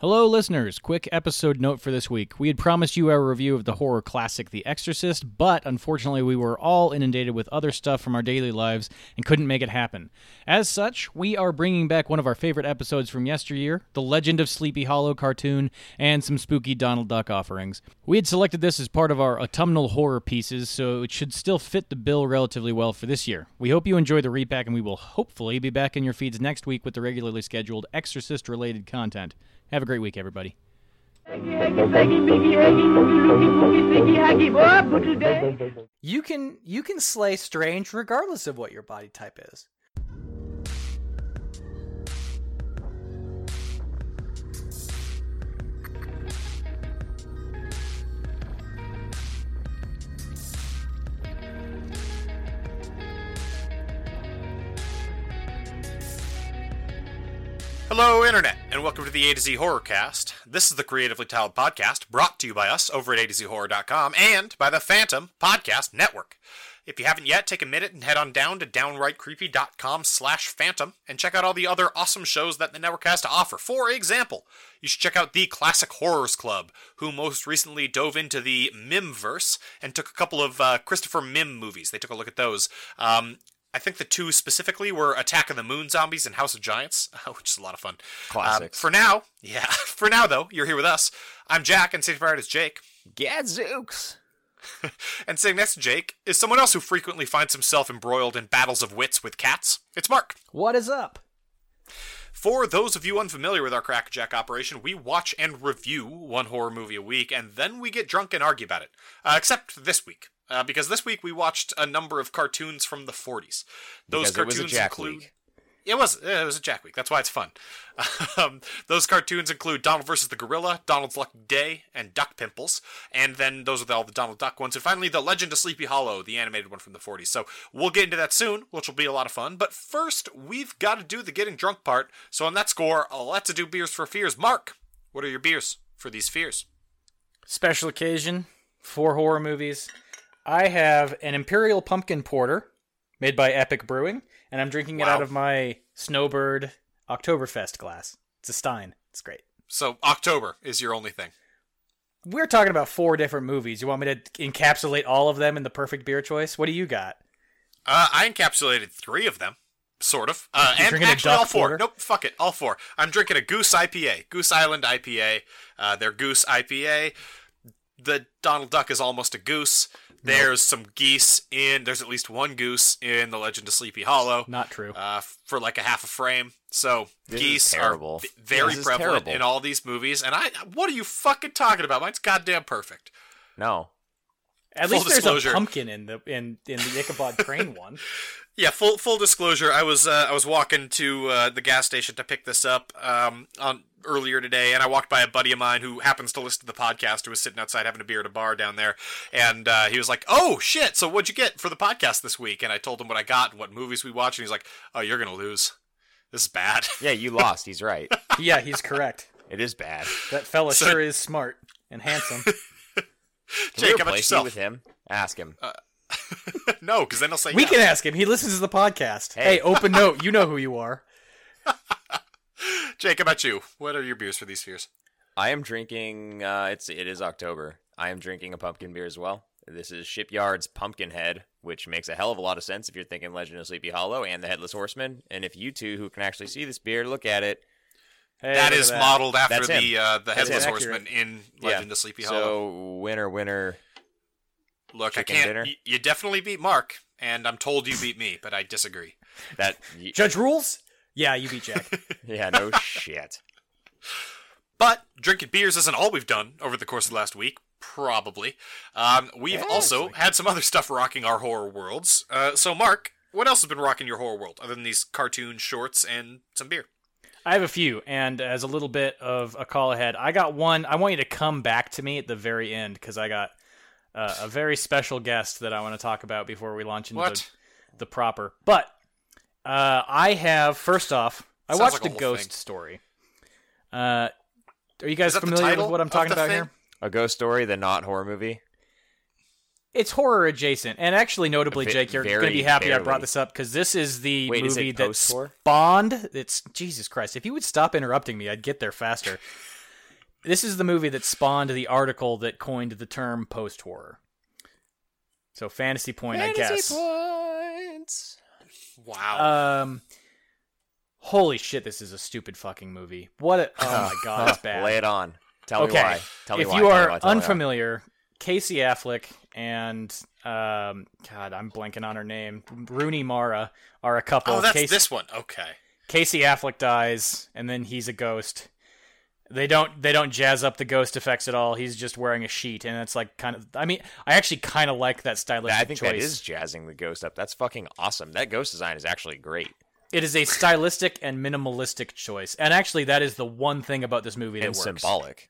Hello, listeners. Quick episode note for this week. We had promised you our review of the horror classic The Exorcist, but unfortunately, we were all inundated with other stuff from our daily lives and couldn't make it happen. As such, we are bringing back one of our favorite episodes from yesteryear The Legend of Sleepy Hollow cartoon and some spooky Donald Duck offerings. We had selected this as part of our autumnal horror pieces, so it should still fit the bill relatively well for this year. We hope you enjoy the repack, and we will hopefully be back in your feeds next week with the regularly scheduled Exorcist related content. Have a great week, everybody. You can you can slay strange regardless of what your body type is. Hello, Internet, and welcome to the A to Z Horrorcast. This is the creatively titled podcast brought to you by us over at A to Z Horror.com and by the Phantom Podcast Network. If you haven't yet, take a minute and head on down to downrightcreepy.com slash phantom and check out all the other awesome shows that the network has to offer. For example, you should check out the Classic Horrors Club, who most recently dove into the Mimverse and took a couple of uh, Christopher Mim movies. They took a look at those. Um, I think the two specifically were Attack of the Moon Zombies and House of Giants, which is a lot of fun. Um, Classics. for now, yeah, for now though, you're here with us. I'm Jack, and sitting right is Jake. Gadzooks. And sitting next to Jake is someone else who frequently finds himself embroiled in battles of wits with cats. It's Mark. What is up? For those of you unfamiliar with our Crackerjack operation, we watch and review one horror movie a week, and then we get drunk and argue about it. Uh, except this week, uh, because this week we watched a number of cartoons from the 40s. Those Because it was a Jack week. It was it was a Jack week. That's why it's fun. Um, those cartoons include Donald versus the Gorilla, Donald's Lucky Day, and Duck Pimples. And then those are the, all the Donald Duck ones. And finally, The Legend of Sleepy Hollow, the animated one from the 40s. So we'll get into that soon, which will be a lot of fun. But first, we've got to do the getting drunk part. So on that score, let's do beers for fears. Mark, what are your beers for these fears? Special occasion for horror movies. I have an Imperial Pumpkin Porter made by Epic Brewing, and I'm drinking it Wow. out of my Snowbird Oktoberfest glass. It's a Stein. It's great. So October is your only thing. We're talking about four different movies. You want me to encapsulate all of them in the perfect beer choice? What do you got? Uh, I encapsulated three of them, sort of. Uh, You're and drinking a actually, duck all four. porter? Nope, fuck it, all four. I'm drinking a Goose IPA, Goose Island IPA. Uh, their Goose IPA. The Donald Duck is almost a goose. There's some geese in. There's at least one goose in the Legend of Sleepy Hollow. Not true. Uh, for like a half a frame. So This is geese are terrible. v- very This is prevalent terrible. in all these movies. And I, what are you fucking talking about? Mine's goddamn perfect. No. At full least disclosure. there's a pumpkin in the in in the Ichabod Crane one. Yeah, full full disclosure. I was uh, I was walking to uh, the gas station to pick this up um, on earlier today, and I walked by a buddy of mine who happens to listen to the podcast, who was sitting outside having a beer at a bar down there, and uh, he was like, "Oh shit! So what'd you get for the podcast this week?" And I told him what I got and what movies we watched, and he's like, "Oh, you're gonna lose. This is bad." Yeah, you lost. He's right. Yeah, he's correct. It is bad. That fella So- sure is smart and handsome. Can Jake, we how about replace yourself? Uh, you with him? Ask him. no, because then he'll say, We yeah. can ask him. He listens to the podcast. Hey, Hey. open note. You know who you are. Jake, how about you? What are your beers for these fears? I am drinking. Uh, it's it is October. I am drinking a pumpkin beer as well. This is Shipyard's Pumpkinhead, which makes a hell of a lot of sense if you're thinking Legend of Sleepy Hollow and the Headless Horseman. And if you two who can actually see this beer look at it, Hey, that look is at that. modeled after That's him. the uh, the That's headless him. horseman in Yeah. Legend of Sleepy Hollow. so winner, winner. Look, Chicken I can't. dinner? y- you definitely beat Mark, and I'm told you beat me, but I disagree. That y- Judge rules. Yeah, you beat Jack. yeah, no shit. But drinking beers isn't all we've done over the course of the last week. Probably, um, we've also had some other stuff rocking our horror worlds. Uh, so, Mark, what else has been rocking your horror world other than these cartoon shorts and some beer? I have a few, and as a little bit of a call ahead, I got one. I want you to come back to me at the very end because I got uh, a very special guest that I want to talk about before we launch into the, What? the proper. But uh, I have first off, I Sounds watched like a the whole Ghost thing. Story. Uh, are you guys that the familiar title with what I'm of talking the about thing? here? A ghost story, the not horror movie. It's horror adjacent, and actually, notably, Ve- Jake, you're very, going to be happy I brought barely. this up because this is the Wait, is movie it that post-horror? spawned. It's Jesus Christ! If you would stop interrupting me, I'd get there faster. this is the movie that spawned the article that coined the term post horror. So fantasy point, I guess. points. Wow. Um, holy shit, this is a stupid fucking movie. What? A, oh my god, it's bad. Lay it on. Tell Okay. me why. Tell me if why. you Tell me are why. Tell me why. unfamiliar, Casey Affleck and um, God, I'm blanking on her name. Rooney Mara are a couple. oh, that's Casey, this one. Okay. Casey Affleck dies, and then he's a ghost. They don't they don't jazz up the ghost effects at all. He's just wearing a sheet, and it's like kind of. I mean, I actually kind of like that stylistic I think choice. that is jazzing the ghost up. That's fucking awesome. That ghost design is actually great. It is a stylistic and minimalistic choice, and actually, that is the one thing about this movie that and works. symbolic.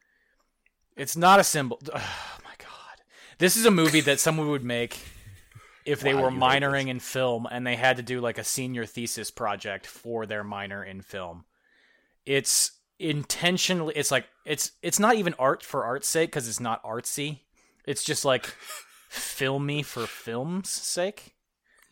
It's not a symbol. Oh my god. This is a movie that someone would make if they Wow, were you hate this. minoring in film and they had to do like a senior thesis project for their minor in film. It's intentionally it's like it's it's not even art for art's sake cuz it's not artsy. It's just like filmy for film's sake.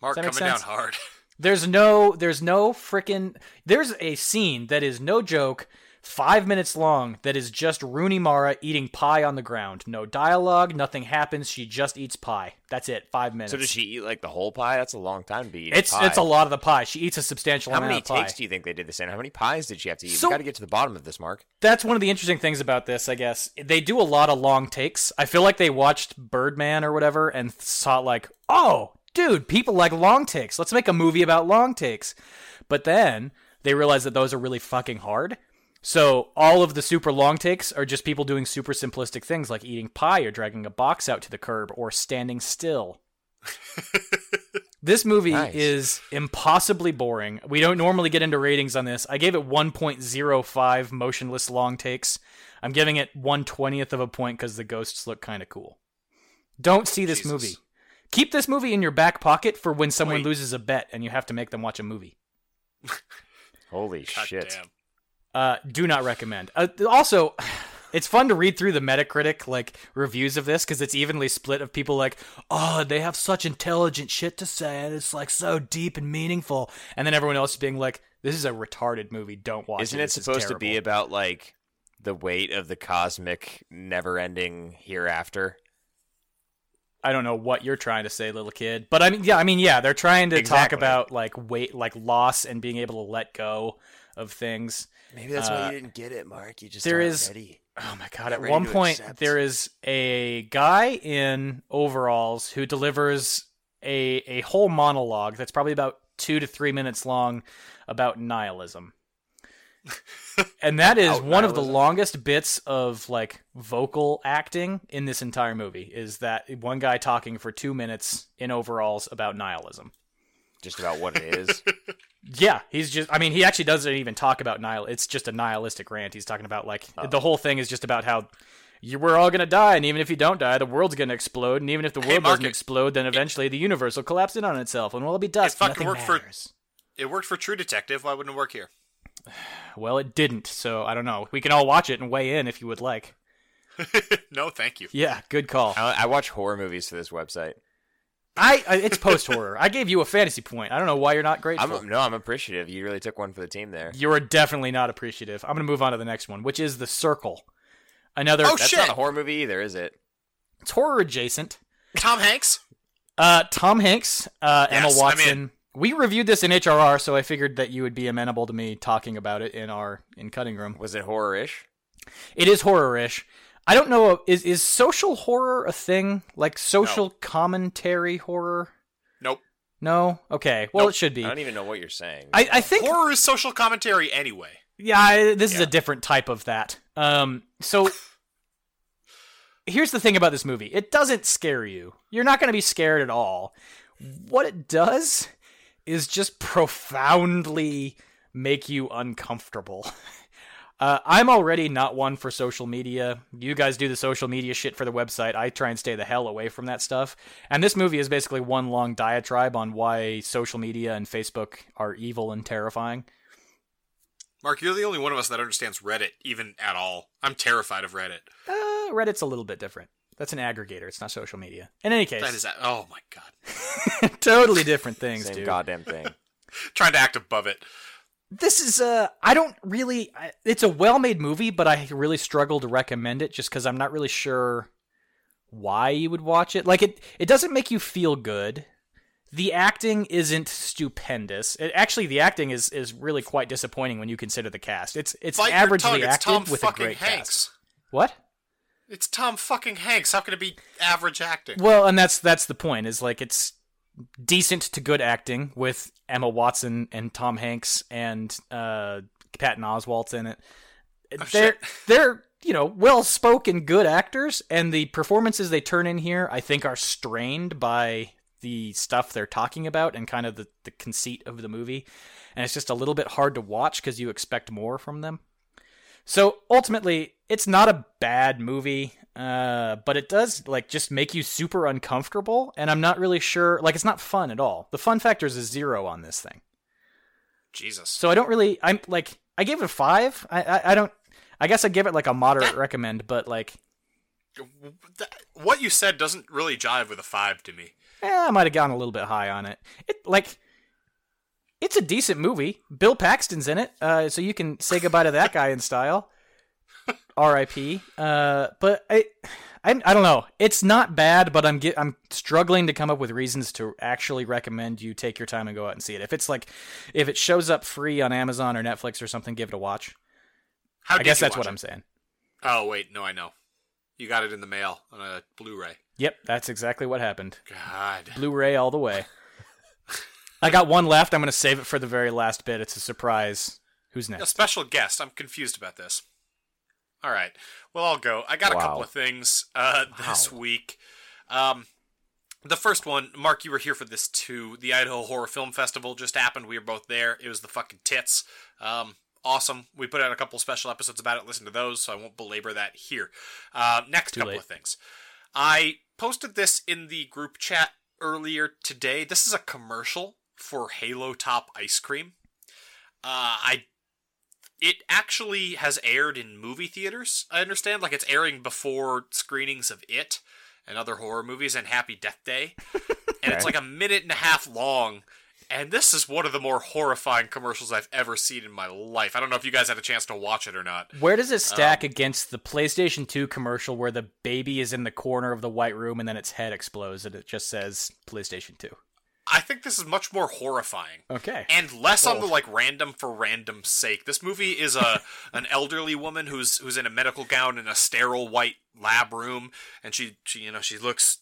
Mark that coming make down sense? hard. There's no there's no frickin' there's a scene that is no joke, five minutes long, that is just Rooney Mara eating pie on the ground. No dialogue, nothing happens, she just eats pie. That's it, five minutes. So does she eat like the whole pie? That's a long time to be eating it's pie. it's a lot of the pie. She eats a substantial How amount many of pie. takes do you think they did this in? How many pies did she have to eat? So- we got to get to the bottom of this, Mark. That's one of the interesting things about this, I guess. They do a lot of long takes. I feel like they watched Birdman or whatever and saw like, oh, dude, people like long takes. Let's make a movie about long takes. But then they realize that those are really fucking hard. So all of the super long takes are just people doing super simplistic things like eating pie or dragging a box out to the curb or standing still. this movie Nice. is impossibly boring. We don't normally get into ratings on this. I gave it 1.05 motionless long takes. I'm giving it 120th of a point because the ghosts look kind of cool. Don't see this Jesus. movie. Keep this movie in your back pocket for when someone Wait. loses a bet and you have to make them watch a movie. Holy God shit! damn. Uh, do not recommend. Uh, th- also, it's fun to read through the Metacritic like reviews of this because it's evenly split of people like, oh, they have such intelligent shit to say and it's like so deep and meaningful, and then everyone else being like, this is a retarded movie. Don't watch. Isn't it it This is supposed to be terrible." about like the weight of the cosmic, never-ending hereafter? I don't know what you're trying to say, little kid, but I mean, yeah, I mean, yeah, they're trying to Exactly. talk about like weight, like loss, and being able to let go of things. Maybe that's Uh, why you didn't get it, Mark. You just there aren't is- ready. Oh my god! Not At ready one to point, accept. there is a guy in overalls who delivers a a whole monologue that's probably about two to three minutes long about nihilism, and that is About one of the nihilism? longest bits of like vocal acting in this entire movie. Is that one guy talking for two minutes in overalls about nihilism? Just about what it is. Yeah, he's just. I mean, he actually doesn't even talk about nihil. It's just a nihilistic rant. He's talking about like Oh. the whole thing is just about how you we're all gonna die, and even if you don't die, the world's gonna explode, and even if the world Mark, doesn't it- explode, then eventually the universe will collapse in on itself, and we'll all be dust. fucking Nothing worked for- matters. It worked for True Detective. Why wouldn't it work here? Well, it didn't. So I don't know. We can all watch it and weigh in if you would like. no, thank you. Yeah, good call. I, I watch horror movies for this website. I, I it's post horror. I gave you a fantasy point. I don't know why you're not grateful. I'm no, I'm appreciative. You really took one for the team there. You're definitely not appreciative. I'm gonna move on to the next one, which is the Circle. Another Oh, That's shit. not a horror movie either, is it? it's horror adjacent. Tom Hanks. Uh, Tom Hanks, uh, Yes, Emma I'm Watson. in. We reviewed this in HRR, so I figured that you would be amenable to me talking about it in our in cutting room. Was it horror-ish? It is horror-ish. I don't know. Is is social horror a thing? Like social commentary horror? Nope. No. Okay. Well, Nope. it should be. I I, don't even know what you're saying. I think. Horror is social commentary anyway. yeah. I, this is Yeah. a different type of that. Um. So. Here's the thing about this movie. It doesn't scare you. You're not going to be scared at all. what it does is just profoundly make you uncomfortable. Uh, I'm already not one for social media. You guys do the social media shit for the website. I try and stay the hell away from that stuff. And this movie is basically one long diatribe on why social media and Facebook are evil and terrifying. Mark, you're the only one of us that understands Reddit even at all. I'm terrified of Reddit. Uh, Reddit's a little bit different. That's an aggregator. It's not social media. In any case, That is, oh my god. totally different things, Same dude. goddamn thing. Trying to act above it. this is uh I don't really I, it's a well-made movie, but I really struggle to recommend it just cuz I'm not really sure why you would watch it. Like it it doesn't make you feel good. The acting isn't stupendous. It, actually, the acting is, is really quite disappointing when you consider the cast. It's it's Bite your averagely tongue. It's acted Tom with a fucking great Hanks. cast. What? It's Tom fucking Hanks. How can it be average acting? Well, and that's that's the point. Is like it's decent to good acting with Emma Watson and Tom Hanks and uh, Patton Oswalt's in it. they're shit. they're you know well spoken good actors, and the performances they turn in here, I think, are strained by the stuff they're talking about and kind of the, the conceit of the movie. And it's just a little bit hard to watch because you expect more from them. So ultimately, it's not a bad movie, uh, but it does like just make you super uncomfortable, and I'm not really sure. Like, it's not fun at all. The fun factor is a zero on this thing, Jesus. so I don't really. I'm like, I gave it a five. I I, I don't. I guess I give it like a moderate recommend, but like, What you said doesn't really jive with a five to me. eh, I might have gone a little bit high on it. It like. It's a decent movie. Bill Paxton's in it, uh, so you can say goodbye to that guy in style. R.I.P. Uh, but I, I, I don't know. It's not bad, but I'm get, I'm struggling to come up with reasons to actually recommend you take your time and go out and see it. If it's like, if it shows up free on Amazon or Netflix or something, give it a watch. How I guess that's what I'm saying. Oh wait, no, I know. You got it in the mail on a Blu-ray. Yep, that's exactly what happened. God. Blu-ray all the way. I got one left. I'm gonna save it for the very last bit. It's a surprise. Who's A next? special guest. I'm confused about this. All right. Well, I'll go. I got a Wow. couple of things uh, this week. Um, the first one, Mark, you were here for this too. The Idaho Horror Film Festival just happened. We were both there. It was the fucking tits. Um, awesome. We put out a couple special episodes about it. Listen to those, so I won't belabor that here. Uh, next couple late. of things. I posted this in the group chat earlier today. This is a commercial for Halo Top ice cream. Uh, I it actually has aired in movie theaters. I understand, like it's airing before screenings of It and other horror movies and Happy Death Day, and it's Okay. like a minute and a half long. And this is one of the more horrifying commercials I've ever seen in my life. I don't know if you guys had a chance to watch it or not. Where does it stack Um, against the PlayStation 2 commercial where the baby is in the corner of the white room and then its head explodes and it just says PlayStation 2? I think this is much more horrifying. Okay. and less on the like random for random's sake. This movie is a an elderly woman who's who's in a medical gown in a sterile white lab room, and she she you know she looks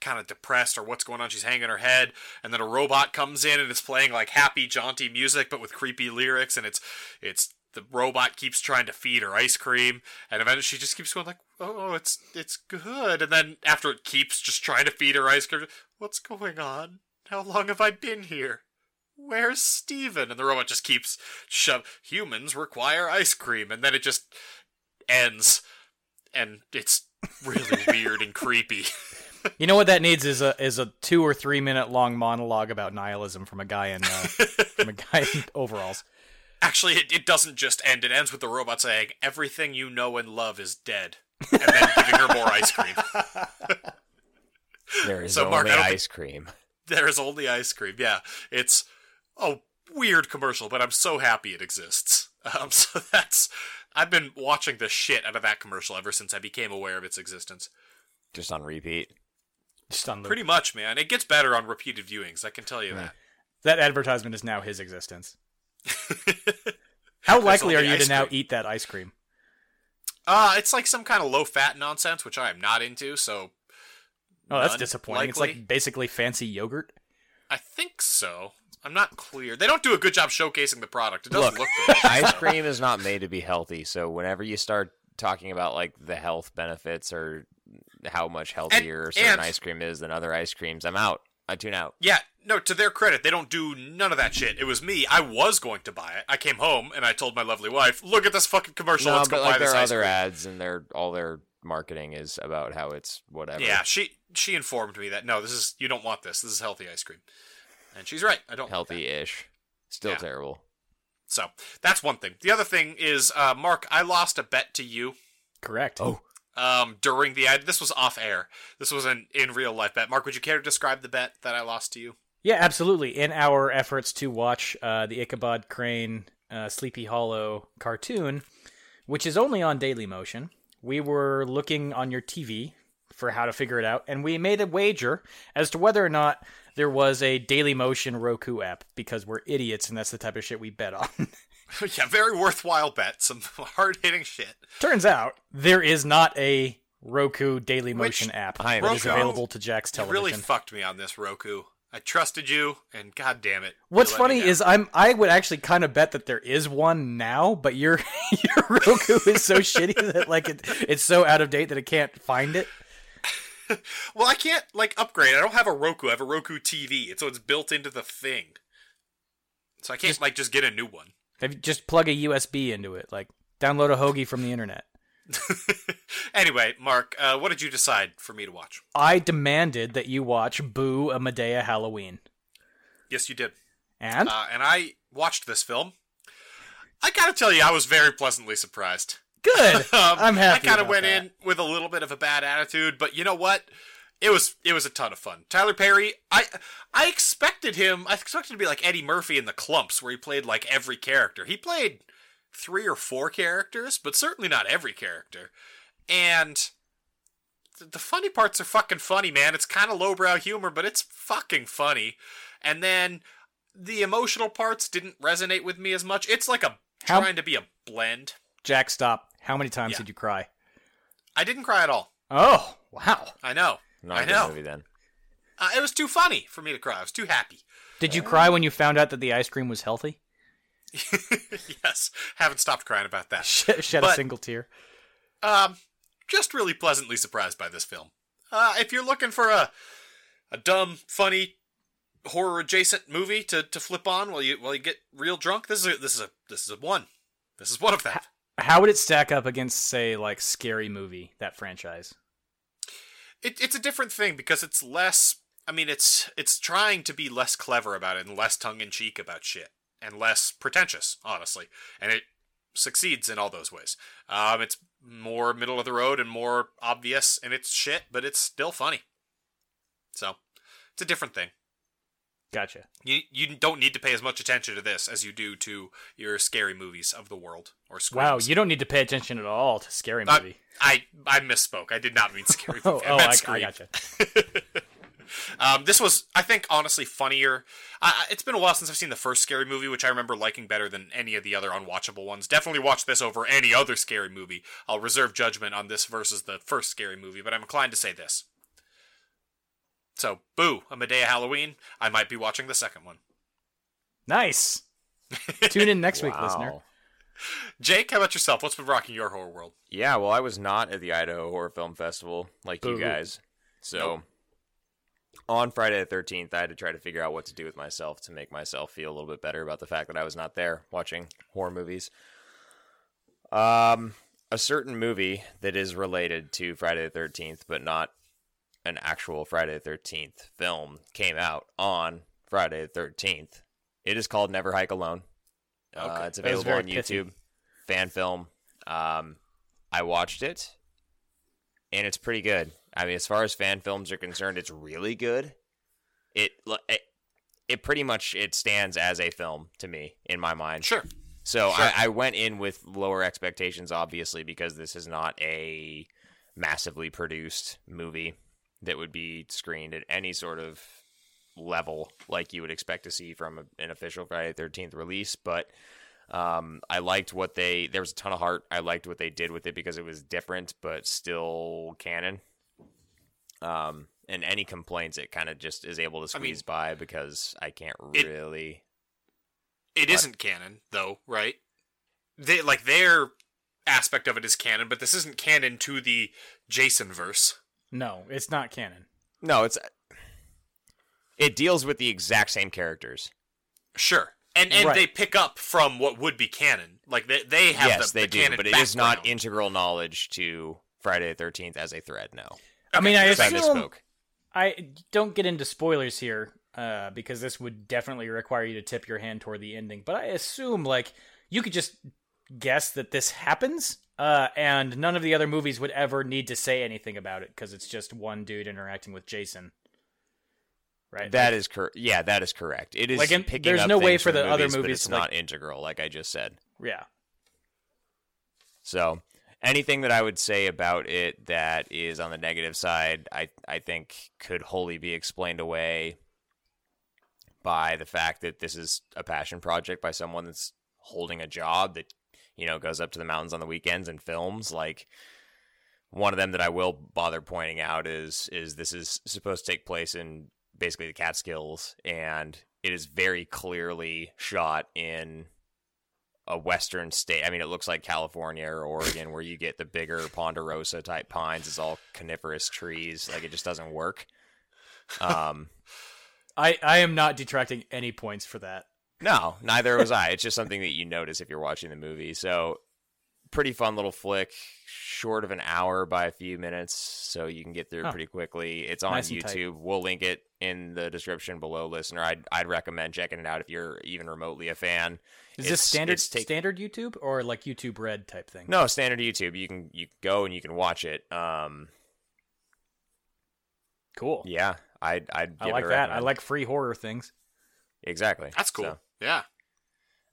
kind of depressed or what's going on. She's hanging her head, and then a robot comes in and it's playing like happy jaunty music, but with creepy lyrics, and it's it's the robot keeps trying to feed her ice cream, and eventually she just keeps going like, "Oh, it's it's good," and then after it keeps just trying to feed her ice cream, what's going on? How long have I been here? Where's Steven? And the robot just keeps shove humans require ice cream and then it just ends and it's really weird and creepy. You know what that needs is a is a 2 or 3 minute long monologue about nihilism from a guy in uh, from a guy in overalls. Actually it, it doesn't just end, it ends with the robot saying, Everything you know and love is dead and then giving her more ice cream. There is So, Mark, only I don't think- ice cream. There's only ice cream. Yeah. It's a weird commercial, but I'm so happy it exists. Um, so that's I've been watching the shit out of that commercial ever since I became aware of its existence. Just on repeat. Just on loop. Pretty much, man. It gets better on repeated viewings. I can tell you that. that advertisement is now his existence. How likely are only you to ice now cream. eat that ice cream? Uh, it's like some kind of low fat nonsense, which I am not into. So Oh, that's None disappointing. It's likely. like basically fancy yogurt. I think so. I'm not clear. They don't do a good job showcasing the product. It doesn't Look, look good. ice cream is not made to be healthy, so whenever you start talking about like the health benefits or how much healthier certain and- ice cream is than other ice creams, I'm out. I tune out. Yeah, no, to their credit, they don't do none of that shit. It was me. I was going to buy it. I came home and I told my lovely wife, look at this fucking commercial. no, Let's go but buy like this their ice other cream. ads and their all their marketing is about how it's whatever. Yeah, she she informed me that no, this is you don't want this. This is healthy ice cream, and she's right. I don't want that. healthy ish. Still Yeah. terrible. So that's one thing. The other thing is, uh, Mark, I lost a bet to you Correct. Oh. um, during the ad. This was off air. This was an in real life bet. Mark, would you care to describe the bet that I lost to you? Yeah, absolutely. In our efforts to watch uh, the Ichabod Crane uh, Sleepy Hollow cartoon, which is only on Daily Motion. We were looking on your TV for how to figure it out, and we made a wager as to whether or not there was a Daily Motion Roku app because we're idiots and that's the type of shit we bet on. yeah, very worthwhile bet. Some hard hitting shit. Turns out there is not a Roku Daily Motion app I am that is Roku- available to Jack's You television. really fucked me on this, Roku. I trusted you, and god damn it. you What's let me funny down. is I'm I would actually kind of bet that there is one now, but your your Roku is so shitty that like it, it's so out of date that it can't find it. Well, I can't, like, upgrade. I don't have a Roku. I have a Roku TV. It's, so it's built into the thing. So I can't, like, just get a new one. If you just plug a USB into it, like download a hoagie from the internet. anyway, Mark, uh, what did you decide for me to watch? I demanded that you watch Boo a Medea Halloween. Yes, you did. And Uh, and I watched this film. I gotta tell you, I was very pleasantly surprised. good. Um, I'm happy. I kind of about went that. in with a little bit of a bad attitude, but you know what? It was it was a ton of fun. Tyler Perry, I I expected him. I expected to be like Eddie Murphy in the Clumps, where he played like every character. He played three or four characters, but certainly not every character. And th- the funny parts are fucking funny, man. It's kind of lowbrow humor, but it's fucking funny. And then the emotional parts didn't resonate with me as much. It's like a How- trying to be a blend. Jack, stop. How many times Yeah. did you cry? I didn't cry at all. Oh wow! I know. Not I a good know. movie then. Uh, it was too funny for me to cry. I was too happy. Did you cry when you found out that the ice cream was healthy? yes, haven't stopped crying about that. Shed, shed a But- single tear. Um, just really pleasantly surprised by this film. Uh, if you're looking for a a dumb, funny, horror adjacent movie to, to flip on while you while you get real drunk, this is a, this is a this is a one. This is one of them. How would it stack up against, say, like Scary Movie, that franchise? it, it's a different thing because it's less i mean it's it's trying to be less clever about it and less tongue-in-cheek about shit and less pretentious honestly and it succeeds in all those ways um, it's more middle of the road and more obvious and it's shit but it's still funny so it's a different thing Gotcha. you you don't need to pay as much attention to this as you do to your scary movies of the world or screams. Wow, you don't need to pay attention at all to Scary Uh, Movie. I I misspoke. I did not mean scary oh, movie. oh, I meant I, I scream. gotcha. Um, this was, I think, honestly funnier. I, I- it's been a while since I've seen the first scary movie, which I remember liking better than any of the other unwatchable ones. Definitely watch this over any other scary movie. I'll reserve judgment on this versus the first scary movie, but I'm inclined to say this. So, boo, a Medea Halloween. I might be watching the second one. Nice. Tune in next week, Wow. listener. Jake, how about yourself? What's been rocking your horror world? Yeah, well, I was not at the Idaho Horror Film Festival like Boo. you guys. So on Friday the 13th, I had to try to figure out what to do with myself to make myself feel a little bit better about the fact that I was not there watching horror movies. Um, a certain movie that is related to Friday the 13th, but not an actual Friday the 13th film, came out on Friday the 13th. It is called Never Hike Alone. Uh, Okay. it's That was available very on pithy. YouTube, fan film. Um, I watched it, and it's pretty good. I mean, as far as fan films are concerned, it's really good. It l- it, it pretty much it stands as a film to me in my mind. Sure. So Sure. I, I went in with lower expectations, obviously, because this is not a massively produced movie that would be screened at any sort of level like you would expect to see from a- an official Friday the 13th release. But um, I liked what they, there was a ton of heart. I liked what they did with it because it was different, but still canon. Um, and any complaints, it kind of just is able to I mean, squeeze by because I can't it- really. It not canon, though, right? They like their aspect of it is canon, but this isn't canon to the Jason verse. No, it's not canon. No, it's it deals with the exact same characters. Sure. And and Right. they pick up from what would be canon. Like they they have yes, the, they the do, canon but it is not background. integral knowledge to Friday the Thirteenth as a thread. No, I mean, I So I assume misspoke. I don't get into spoilers here uh, because this would definitely require you to tip your hand toward the ending. But I assume like you could just guess that this happens, uh, and none of the other movies would ever need to say anything about it because it's just one dude interacting with Jason. right? That is correct. Yeah, that is correct. It is Like, and picking there's up no way things for from the other movies, but movies it's to, not integral, like I just said. Like, yeah. So anything that I would say about it that is on the negative side, I I think could wholly be explained away by the fact that this is a passion project by someone that's holding a job that you know goes up to the mountains on the weekends and films like one of them that I will bother pointing out is is this is supposed to take place in basically the Catskills and it is very clearly shot in a western state. I mean, it looks like California or Oregon, where you get the bigger ponderosa type pines. It's all coniferous trees. Like it just doesn't work. Um, I I am not detracting any points for that. no, neither was I. It's just something that you notice if you're watching the movie. So, pretty fun little flick, short of an hour by a few minutes, so you can get through it Oh. pretty quickly. It's on Nice and tight. YouTube. We'll link it in the description below, listener. I'd I'd recommend checking it out if you're even remotely a fan. Is It's- this standard it's take- standard YouTube or like YouTube Red type thing? No, standard YouTube. You can you can go and you can watch it. Um, cool. Yeah, I'd, I'd I give like it a that. I recommend. like free horror things. exactly. That's cool. So, Yeah.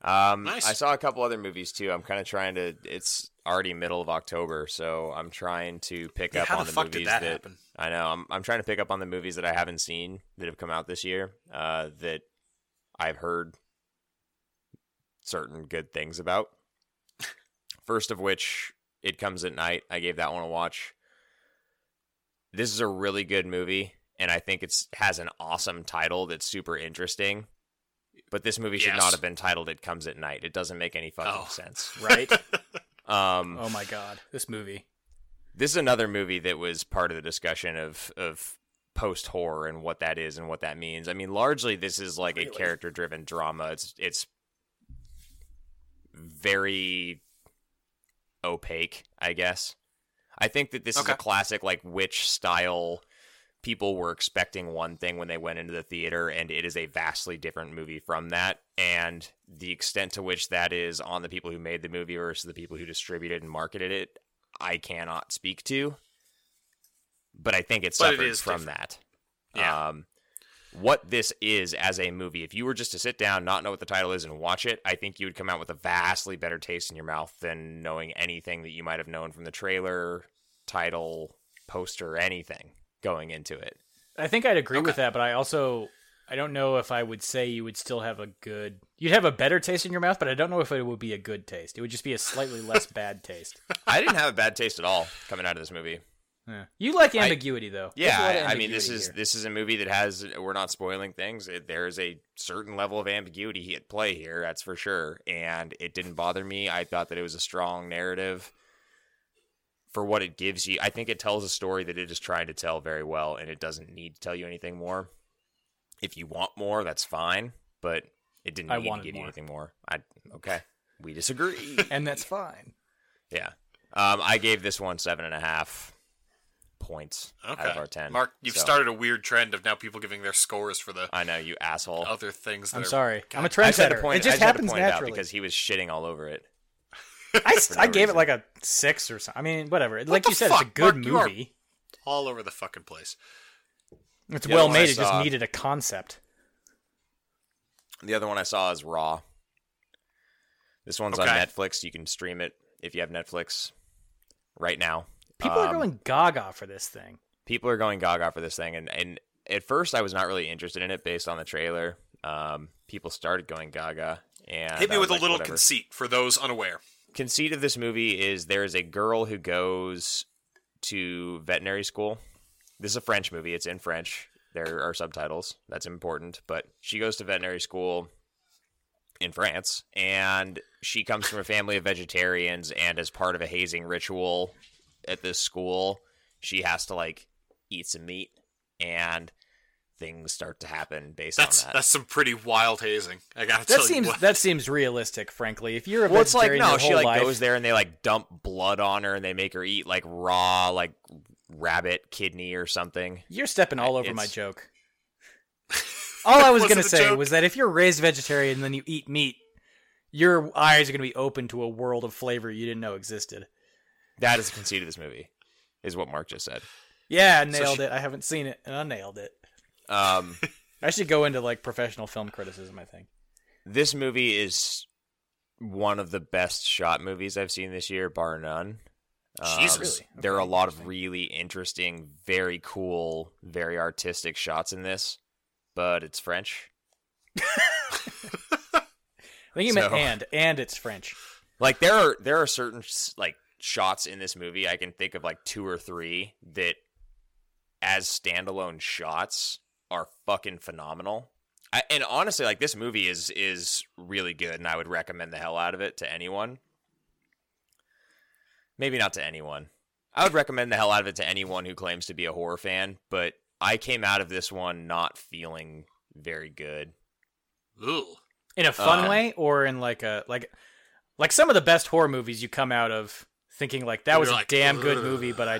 um, Nice. I saw a couple other movies too. I'm kind of trying to. It's already middle of October, so I'm trying to pick Yeah, up how on the the, fuck did movies that happen? I know. I'm I'm trying to pick up on the movies that I haven't seen that have come out this year. Uh, that I've heard certain good things about. First of which, it comes at night. I gave that one a watch. This is a really good movie, and I think it's has an awesome title that's super interesting. But this movie should Yes. not have been titled "It Comes at Night." It doesn't make any fucking Oh. sense, Right? Um, oh my god, this movie. this is another movie that was part of the discussion of of post horror and what that is and what that means. I mean, largely this is like a character driven drama. It's it's very opaque, I guess. I think that this is Okay. a classic like witch style people were expecting one thing when they went into the theater and it is a vastly different movie from that and the extent to which that is on the people who made the movie versus the people who distributed and marketed it I cannot speak to, but I think it But it suffered is from different. that. Yeah. Um, what this is as a movie, if you were just to sit down, not know what the title is, and watch it, I think you would come out with a vastly better taste in your mouth than knowing anything that you might have known from the trailer, title, poster, anything going into it. I think I'd agree with that, but I also I don't know if I would say you would still have a good. You'd have a better taste in your mouth, but I don't know if it would be a good taste. It would just be a slightly less bad taste. I didn't have a bad taste at all coming out of this movie. Yeah. You like ambiguity though. There's Yeah, a lot of I, I mean, this ambiguity is here. this is a movie that has we're not spoiling things. It, there is a certain level of ambiguity at play here, that's for sure, and it didn't bother me. I thought that it was a strong narrative for what it gives you. I think it tells a story that it is trying to tell very well, and it doesn't need to tell you anything more. If you want more, that's fine, but it didn't I need to wanted give you more. anything more. I okay, we disagree. and that's fine. yeah, um, I gave this one seven and a half points Okay. out of our ten. Mark, you've so- started a weird trend of now people giving their scores for the I know you asshole. other things. That I'm are- sorry. I'm a God, I just had to trendsetter. point. it just I just had to happens point it naturally. out because he was shitting all over it. I, s- no I gave it reason. like a six or something. I mean, whatever. like the you said, fuck, it's a good Mark, you are- movie. all over the fucking place. It's The other well one I made. It saw- just needed a concept. The other one I saw is Raw. This one's Okay. on Netflix. You can stream it if you have Netflix right now. People Um, are going gaga for this thing. people are going gaga for this thing and and at first I was not really interested in it based on the trailer. Um, people started going gaga and Hit me I was with a like, little whatever. conceit for those unaware. conceit of this movie is there is a girl who goes to veterinary school. This is a French movie. It's in French. There are subtitles. That's important. But she goes to veterinary school in France, and she comes from a family of vegetarians. And as part of a hazing ritual at this school, she has to like eat some meat, and things start to happen based That's on that. that's some pretty wild hazing. I gotta That tell seems you. What. that seems realistic, frankly. If you're a well, it's like vegetarian no, your she whole like life, goes there and they like dump blood on her and they make her eat like raw like rabbit kidney or something. You're stepping all over my It's- joke. All I was Was going to it a say joke? was that if you're raised vegetarian and then you eat meat, your eyes are going to be open to a world of flavor you didn't know existed. That is the conceit of this movie, is what Mark just said. Yeah, I So nailed she- it. I haven't seen it, and I nailed it. Um, I should go into like professional film criticism. I think. This movie is one of the best shot movies I've seen this year, bar none. Um, Jesus. Really? There are a lot of really interesting, very cool, very artistic shots in this, but it's French. I think you meant So- and and it's French. Like there are there are certain s- like shots in this movie I can think of like two or three that as standalone shots are fucking phenomenal. I, and honestly, like this movie is is really good, and I would recommend the hell out of it to anyone. Maybe not to anyone. I would recommend the hell out of it to anyone who claims to be a horror fan, but I came out of this one not feeling very good. Ooh. in a fun Uh, way or in like a like like some of the best horror movies you come out of thinking like that was You're a like, damn good "Ugh." movie but i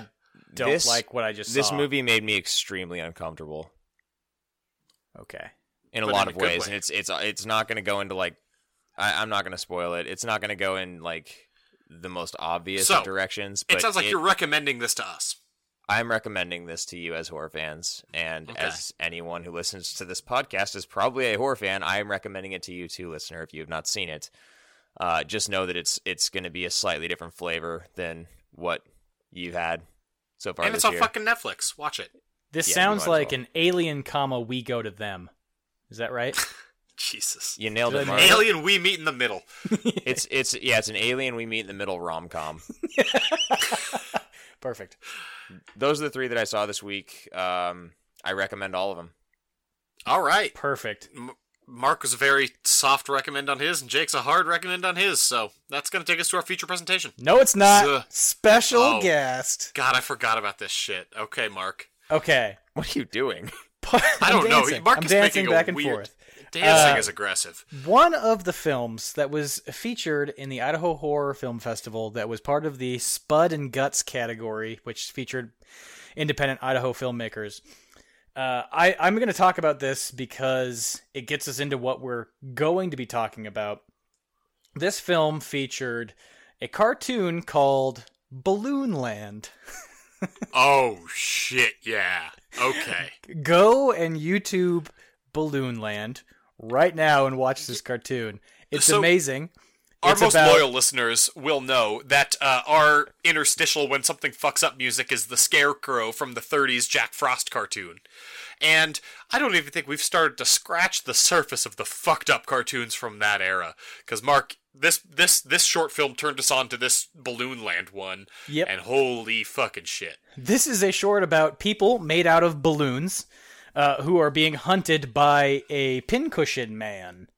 don't This- like what i just This saw movie made me extremely uncomfortable. okay in a but lot in a of good ways, way. and it's it's it's not going to go into like I, I'm not going to spoil it. It's not going to go in like the most obvious So, of directions. But It sounds like it- you're recommending this to us. I'm recommending this to you as horror fans, and Okay. as anyone who listens to this podcast is probably a horror fan. I am recommending it to you too, listener. If you have not seen it, uh, just know that it's it's going to be a slightly different flavor than what you had so far And this it's on year. fucking Netflix. Watch it. this Yeah, you might sounds as like well. an alien comma we go to them is that right Jesus. you nailed Did I it, Mark. nail Alien, we meet in the middle. It's it's yeah, it's an alien we meet in the middle rom com. perfect those are the three that I saw this week. Um, I recommend all of them. All right. perfect Mark was a very soft recommend on his, and Jake's a hard recommend on his. So that's going to take us to our future presentation. no it's not Ugh. special Oh. guest God, I forgot about this shit. Okay, Mark. okay What are you doing? I don't know. Mark I'm is dancing making a back and weird- forth Dancing Uh, is aggressive. One of the films that was featured in the Idaho Horror Film Festival that was part of the Spud and Guts category, which featured independent Idaho filmmakers. Uh, I, I'm going to talk about this because it gets us into what we're going to be talking about. This film featured a cartoon called Balloon Land. Oh, shit. Yeah. Okay. Go and YouTube Balloon Land right now and watch this cartoon. It's So- amazing. our It's most about- loyal listeners will know that uh, our interstitial when something fucks up music is the scarecrow from the 30s Jack Frost cartoon. And I don't even think we've started to scratch the surface of the fucked up cartoons from that era cuz Mark this this this short film turned us on to this Balloon Land one. Yep. And holy fucking shit. This is a short about people made out of balloons uh, who are being hunted by a pincushion man.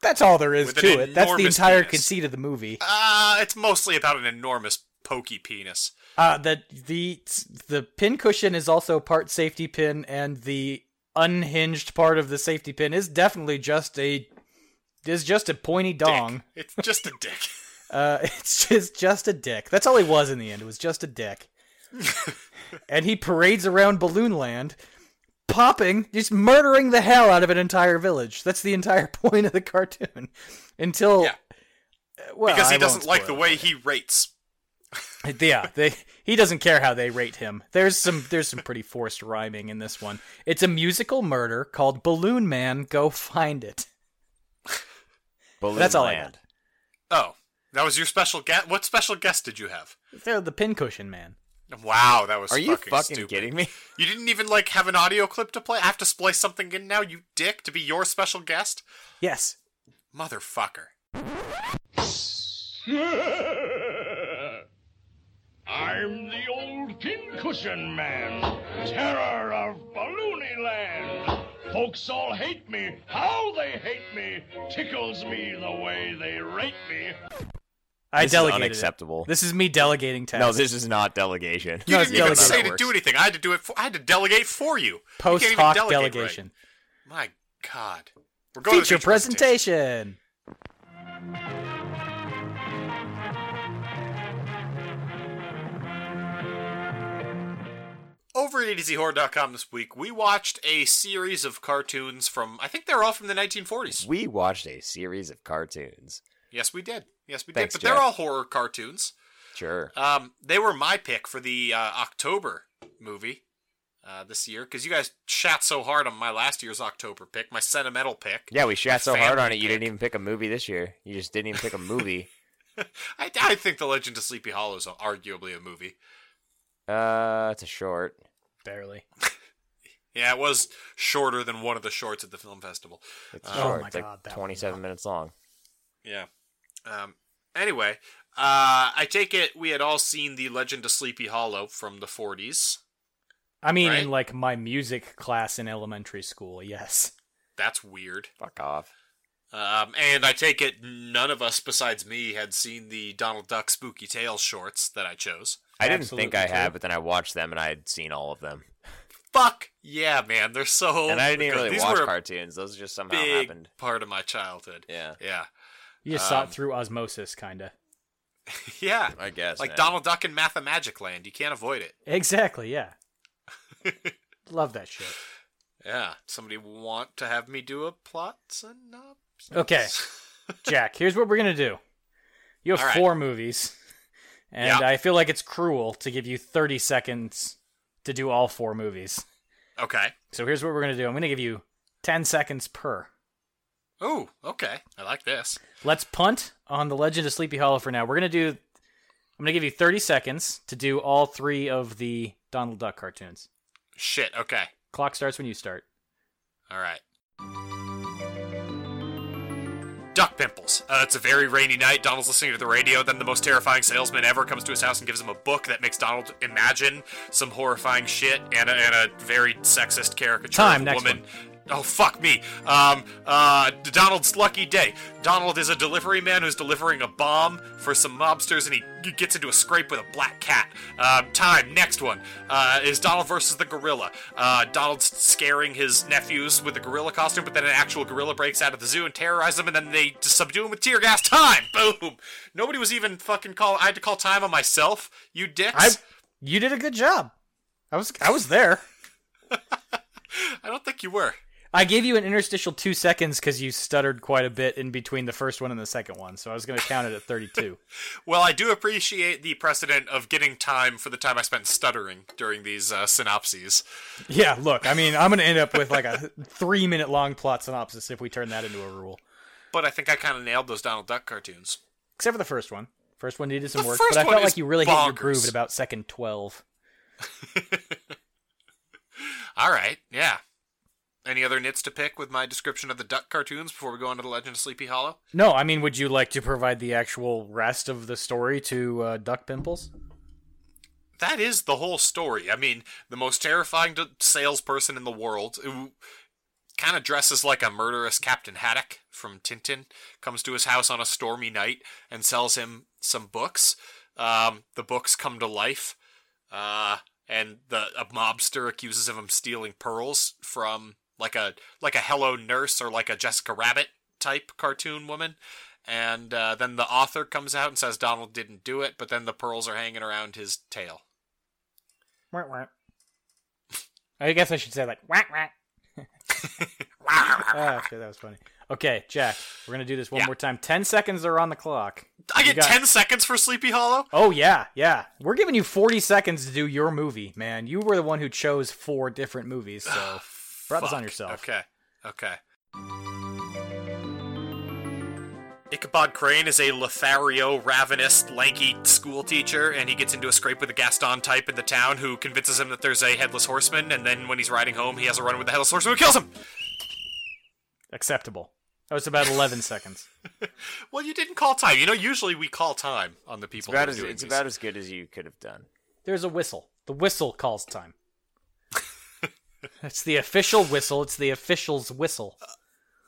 That's all there is With an to it. That's the enormous entire penis. conceit of the movie. Uh it's mostly about an enormous pokey penis. Uh, the the the pincushion is also part safety pin, and the unhinged part of the safety pin is definitely just a is just a pointy dong. It's just a dick. Uh, it's just just a dick. That's all he was in the end. It was just a dick. and he parades around Balloon Land, popping, just murdering the hell out of an entire village. That's the entire point of the cartoon. Until uh, Yeah. well, Because I he won't doesn't like the spoil way he rates. it. Yeah, they he doesn't care how they rate him. There's some there's some pretty forced rhyming in this one. It's a musical murder called Balloon Man. Go find it. Balloon That's all I Land. Oh, that was your special guest. What special guest did you have? They're the pincushion man. Wow, that was Are you fucking, fucking stupid. kidding me? You didn't even like have an audio clip to play. I have to splice something in now, you dick, to be your special guest, Yes, motherfucker. I'm the old pincushion man, terror of Balloony Land. Folks all hate me. How they hate me tickles me the way they rate me. I This is delegated. it. unacceptable. This is me delegating tasks. No, this is not delegation. You No, it's didn't even delegate. say That to works. do anything. I had to do it. For, I had to delegate for you. post you can't even hoc delegate right. delegation. My God. We're going to the Feature presentation. Over at E ADZHorror.com this week, we watched a series of cartoons from. I think they're all from the 1940s. We watched a series of cartoons. yes, we did. Yes, we Thanks, did. But they're Jeff. all horror cartoons. Sure. Um, they were my pick for the uh, October movie. uh, this year because you guys shat so hard on my last year's October pick, my sentimental pick. Yeah, we shat so Family hard on it. You didn't pick. even pick a movie this year. You just didn't even pick a movie. I, I think The Legend of Sleepy Hollow is arguably a movie. uh, it's a short. Barely. Yeah, it was shorter than one of the shorts at the film festival. It's a Oh short. my it's like God, that one, 27 minutes long. Yeah. Um, anyway, uh, I take it we had all seen The Legend of Sleepy Hollow from the 40s. I mean, Right? in like my music class in elementary school, yes. That's weird. Fuck off. Um, and I take it none of us besides me had seen the Donald Duck Spooky Tales shorts that I chose. I didn't Absolutely think I had, true. but then I watched them and I had seen all of them. Fuck yeah, man! They're so. and I didn't even good. really These watch were a cartoons. Those just somehow big happened. part of my childhood. Yeah, Yeah, You just saw Um, it through osmosis, kinda. yeah. I guess. Like man. Donald Duck in Math and Magic Land, you can't avoid it. Exactly, yeah. Love that shit. Yeah. Somebody want to have me do a plot synopsis? Okay. Jack, here's what we're gonna do. You have All right. four movies, and Yeah. I feel like it's cruel to give you 30 seconds to do all four movies. Okay. So here's what we're gonna do. I'm gonna give you 10 seconds per. Ooh. Okay. I like this. Let's punt on the Legend of Sleepy Hollow for now. We're gonna do. I'm gonna give you 30 seconds to do all three of the Donald Duck cartoons. Shit. Okay. Clock starts when you start. All right. Duck pimples. Uh, it's a very rainy night. Donald's listening to the radio. Then the most terrifying salesman ever comes to his house and gives him a book that makes Donald imagine some horrifying shit and a, and a very sexist caricature Time, of a next woman. Oh fuck me. Um, uh, Donald's lucky day. Donald is a delivery man who's delivering a bomb for some mobsters, and he g- gets into a scrape with a black cat. Um, time. Next one uh, is Donald versus the gorilla. Uh, Donald's scaring his nephews with a gorilla costume, but then an actual gorilla breaks out of the zoo and terrorizes them, and then they just subdue him with tear gas. Time. Boom. Nobody was even fucking call. I had to call time on myself. You dicks. I. You did a good job. I was. I was there. I don't think you were. I gave you an interstitial two seconds because you stuttered quite a bit in between the first one and the second one, so I was going to count it at 32. Well, I do appreciate the precedent of getting time for the time I spent stuttering during these uh, synopses. yeah, look, I mean, I'm going to end up with like a three minute long plot synopsis if we turn that into a rule. But I think I kind of nailed those Donald Duck cartoons. Except for the first one. First one needed some The work, first but I one felt is like you really hit your bonkers. groove at about second 12. All right, yeah. Any other nits to pick with my description of the Duck cartoons before we go on to the Legend of Sleepy Hollow? No, I mean, would you like to provide the actual rest of the story to uh, Duck Pimples? That is the whole story. I mean, the most terrifying d- salesperson in the world who kind of dresses like a murderous Captain Haddock from Tintin comes to his house on a stormy night and sells him some books. Um, the books come to life. uh, and the a mobster accuses him of stealing pearls from like a like a Hello Nurse or like a Jessica Rabbit type cartoon woman. And uh, then the author comes out and says Donald didn't do it, but then the pearls are hanging around his tail. Wah, wah. I guess I should say like whack whack. Ah, shit, that was funny. Okay, Jack, we're gonna do this one Yeah. more time. Ten seconds are on the clock. I You get got- ten seconds for Sleepy Hollow. Oh yeah, yeah. We're giving you forty seconds to do your movie, man. You were the one who chose four different movies, so brought this on Ah, Fuck. yourself. Okay. Okay. Ichabod Crane is a Lothario, ravenous, lanky school teacher, and he gets into a scrape with a Gaston type in the town who convinces him that there's a headless horseman, and then when he's riding home, he has a run with the headless horseman who kills him! Acceptable. That was about eleven seconds. Well, you didn't call time. You know, usually we call time on the people It's about who are as doing it's these. about as good as you could have done. There's a whistle. The whistle calls time. It's the official whistle. It's the official's whistle.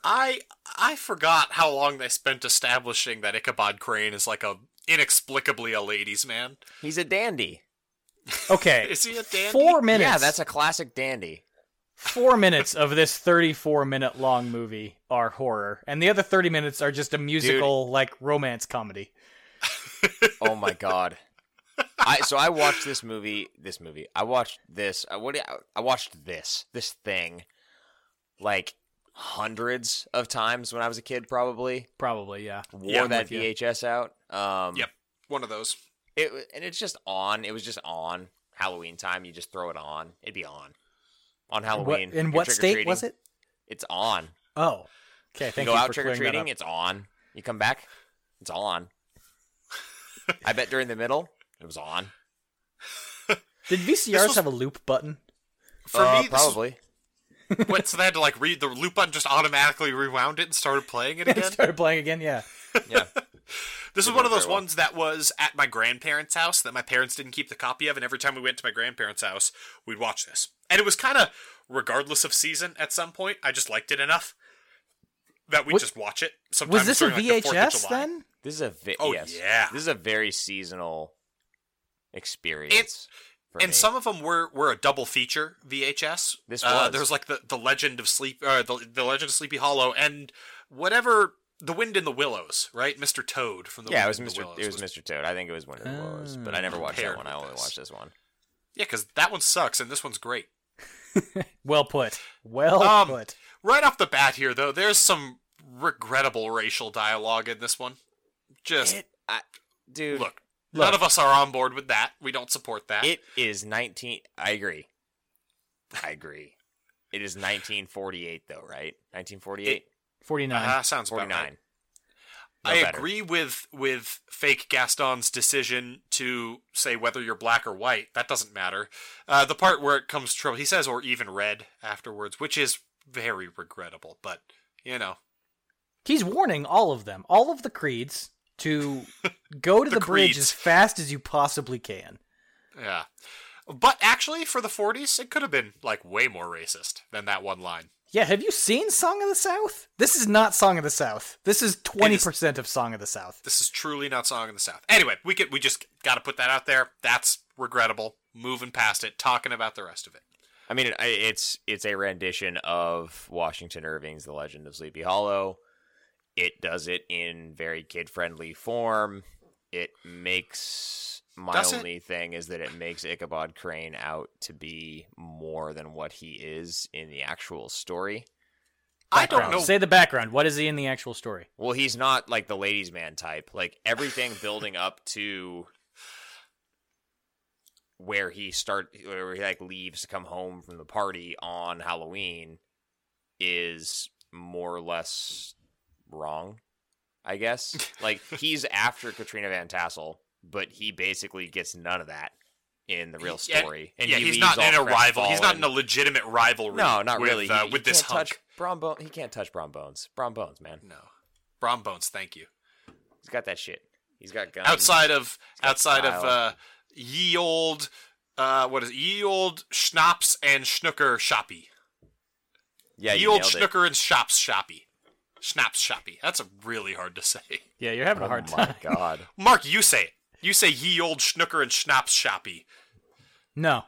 I I forgot how long they spent establishing that Ichabod Crane is like a inexplicably a ladies' man. He's a dandy. Okay. Is he a dandy? Four minutes. Yeah, that's a classic dandy. four minutes of this 34 minute long movie are horror and the other 30 minutes are just a musical like romance comedy Oh my god. I so I watched this movie. This movie. I watched this. I what? do you- I watched this. This thing, like hundreds of times when I was a kid. Probably probably yeah wore Yeah, I'm that with you. VHS out. Um, Yep. One of those. It and it's just on. It was just on Halloween time. You just throw it on. It'd be on. on What, Halloween. in You're what state was trick-or-treating. it? It's on. Oh, okay. Thank you you go for out trick or clearing that treating, up. it's on. You come back, it's on. I bet during the middle, it was on. Did VCRs This was- have a loop button? For Uh, me, this was, probably. what, so they had to like read the loop button, just automatically rewound it and started playing it again. Started playing again. Yeah. Yeah. This is It one of worked those very well. ones that was at my grandparents' house that my parents didn't keep the copy of, and every time we went to my grandparents' house, we'd watch this. And it was kind of regardless of season at some point. I just liked it enough that we would Was- just watch it. Sometimes Was this a during, like, the 4th of VHS July. then? This is a vi- Oh, yes. yeah. This is a very seasonal experience. for And me. some of them were, were a double feature VHS. This Uh, was. there was like the, the Legend of Sleep, uh, the, the Legend of Sleepy Hollow, and whatever The Wind in the Willows, right? Mr. Toad from the yeah, it was Wind in the Mr. Willows It was Mr. Toad. I think it was one of the Willows, but Ah. I never watched that Paired one. I with only this. watched this one. Yeah, because that one sucks and this one's great. Well put. Well Um, put. Right off the bat here, though, there's some regrettable racial dialogue in this one. Just It, I, dude, look, none of us are on board with that. We don't support that. it is 19. I agree. I agree. It is 1948, though, right? 1948, 49. uh, sounds about 49. right. No I better. agree with with fake Gaston's decision to say whether you're black or white. That doesn't matter. Uh, the part where it comes true, he says, or even red afterwards, which is very regrettable. But you know, He's warning all of them, all of the creeds, to go to The the, bridge creeds. as fast as you possibly can. yeah. But actually, for the 40s, it could have been like way more racist than that one line. Yeah, have you seen Song of the South? This is not Song of the South. This is 20% of Song of the South. This is truly not Song of the South. Anyway, we could we just got to put that out there. That's regrettable. Moving past it, talking about the rest of it. I mean, it, I- it's it's a rendition of Washington Irving's "The Legend of Sleepy Hollow." It does it in very kid-friendly form. It makes my Does it? only thing is that it makes Ichabod Crane out to be more than what he is in the actual story. I don't Background. know. Say the background. What is he in the actual story? Well, he's not like the ladies' man type. Like everything building up to where he start where he like leaves to come home from the party on Halloween is more or less wrong, I guess. Like he's after Katrina Van Tassel, but he basically gets none of that in the real Yeah, story. yeah, he's he leaves not in all a rival. He's not crestfallen. in a legitimate rivalry. no, not with, really. Uh, He- he with this can't hunk. touch Brom Bone. He can't touch Brom Bones. Brom Bones, man. No, Brom Bones. Thank you. He's got that shit. He's got guns. outside of got outside of style. uh, ye old uh, what is it? ye old schnapps and schnooker shoppy. Yeah, ye you old nailed it. schnooker and shops shoppy. Schnapps shoppy. That's really hard to say. Yeah, you're having a Oh hard my time. god. Mark, you say it. You say ye old schnooker and schnapps shoppy. No.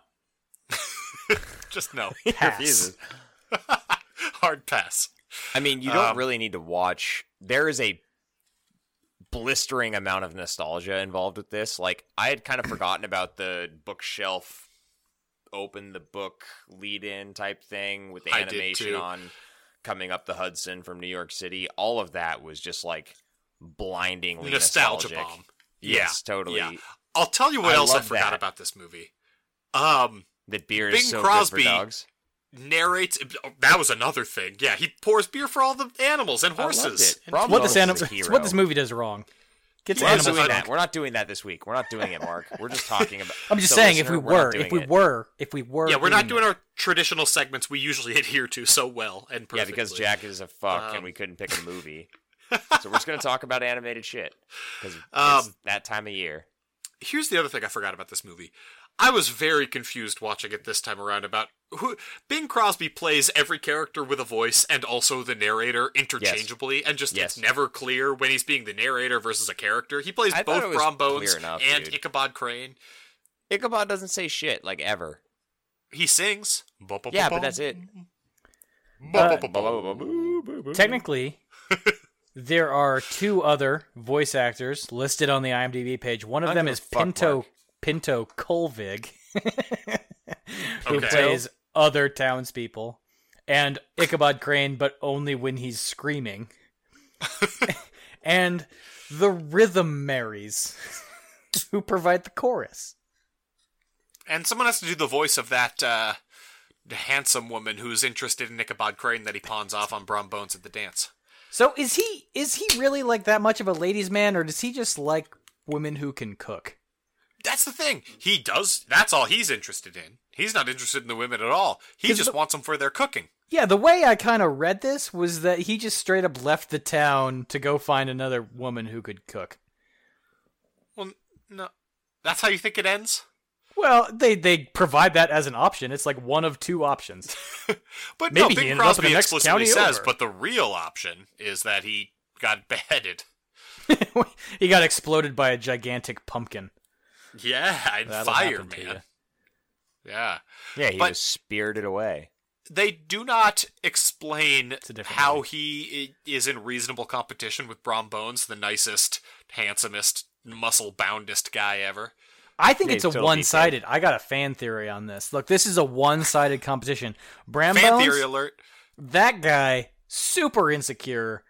Just no. Pass. hard pass. I mean, you don't Um, really need to watch. There is a blistering amount of nostalgia involved with this. Like I had kind of forgotten about the bookshelf open the book lead in type thing with the I did animation too. on coming up the Hudson from New York City. All of that was just like blindingly Nostalgia nostalgic. bomb. Yeah, Yes, totally. yeah. I'll tell you what I else I love forgot that. about this movie. Um, That beer is Bing so Crosby good for dogs. narrates. oh, That was another thing. Yeah, he pours beer for all the animals and I loved horses. it. And Brom What Bones this, is anim- a it's hero. what this movie does wrong. Gets Yeah, We're not animals so doing I- that. We're not doing that this week. We're not doing it, Mark. We're just talking about. I'm just So, saying, listener, if we were, not doing if we it. were, if we were, yeah, we're not doing our traditional segments we usually adhere to so well and yeah, perfectly. because Jack is a fuck, Um, and we couldn't pick a movie, so we're just gonna talk about animated shit because Um, it's that time of year. Here's the other thing I forgot about this movie. I was very confused watching it this time around about who Bing Crosby plays every character with a voice and also the narrator interchangeably, and just Yes. it's never clear when he's being the narrator versus a character. He plays I thought it both was Brom Bones clear enough, and dude. Ichabod Crane. Ichabod doesn't say shit like ever. He sings. Yeah, but that's it. Technically, there are two other voice actors listed on the IMDb page. One of I don't them give a is fuck, Pinto Mark. Pinto Colvig, who Okay. plays other townspeople, and Ichabod Crane, but only when he's screaming. and the Rhythm Marys, who provide the chorus. And someone has to do the voice of that uh, handsome woman who's interested in Ichabod Crane that he pawns off on Brom Bones at the dance. So is he is he really like that much of a ladies' man, or does he just like women who can cook? That's the thing. He does. That's all he's interested in. He's not interested in the women at all. He 'Cause just the- wants them for their cooking. Yeah, the way I kind of read this was that he just straight up left the town to go find another woman who could cook. Well, n- no. That's how you think it ends? Well, they they provide that as an option. It's like one of two options. But Maybe no, he Bing ended up in Crosby the next explicitly county says, over. but the real option is that he got beheaded. he got exploded by a gigantic pumpkin. Yeah, and That'll fire, happen to man. Yeah. Yeah, he But- was spirited away. They do not explain a different how movie. he i- is in reasonable competition with Brom Bones, the nicest, handsomest, muscle boundest guy ever. I think Yeah, it's a totally fake. one-sided. I got a fan theory on this. Look, this is a one-sided competition. Bram Fan Bones, theory alert. that guy, super insecure.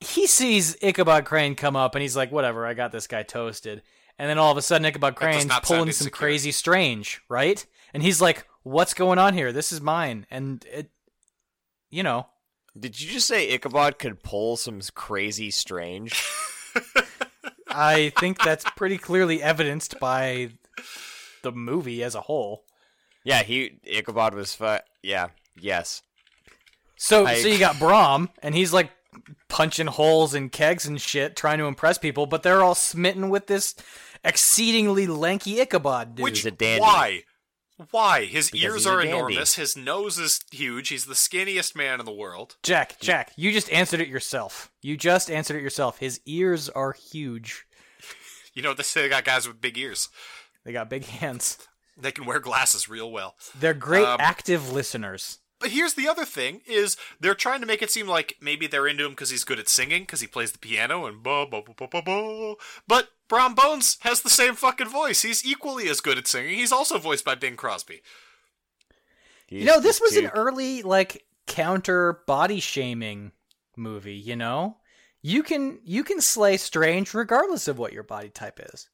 He sees Ichabod Crane come up, and he's like, "Whatever, I got this guy toasted." And then all of a sudden, Ichabod does Crane's not sound pulling some insecure. crazy strange, right? And he's like, "What's going on here? This is mine." And it, you know, Did you just say Ichabod could pull some crazy strange? I think that's pretty clearly evidenced by the movie as a whole. yeah, he Ichabod was fu- yeah, yes. So I- so you got Brom, and he's like punching holes in kegs and shit, trying to impress people, but they're all smitten with this exceedingly lanky Ichabod dude. Which- He's a dandy. Why? Why? His Because ears he's a are dandy. enormous. His nose is huge. He's the skinniest man in the world. Jack, Jack, you just answered it yourself. You just answered it yourself. His ears are huge. You know, they say they got guys with big ears. They got big hands. They can wear glasses real well. They're great Um, active listeners. But here's the other thing: is they're trying to make it seem like maybe they're into him because he's good at singing, because he plays the piano and ba ba ba ba ba ba. But Brom Bones has the same fucking voice. He's equally as good at singing. He's also voiced by Bing Crosby. You know, this He's was an too- early like counter body shaming movie, you know? You can you can slay strange regardless of what your body type is.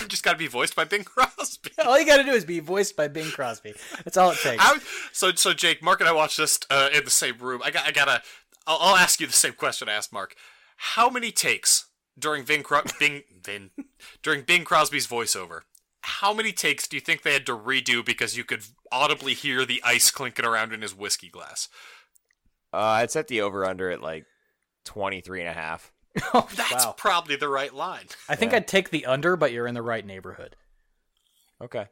you just got to be voiced by Bing Crosby. All you got to do is be voiced by Bing Crosby. That's all it takes. I, so so Jake, Mark and I watched this uh, in the same room. I got I gotta. I'll, I'll ask you the same question I asked Mark. How many takes during Bing Cro- Bing Vin, during Bing Crosby's voiceover? How many takes do you think they had to redo because you could audibly hear the ice clinking around in his whiskey glass? Uh, I'd set the over under at like 23 and a half. Oh, That's wow. probably the right line. I think I'd take the under, but you're in the right neighborhood. Okay.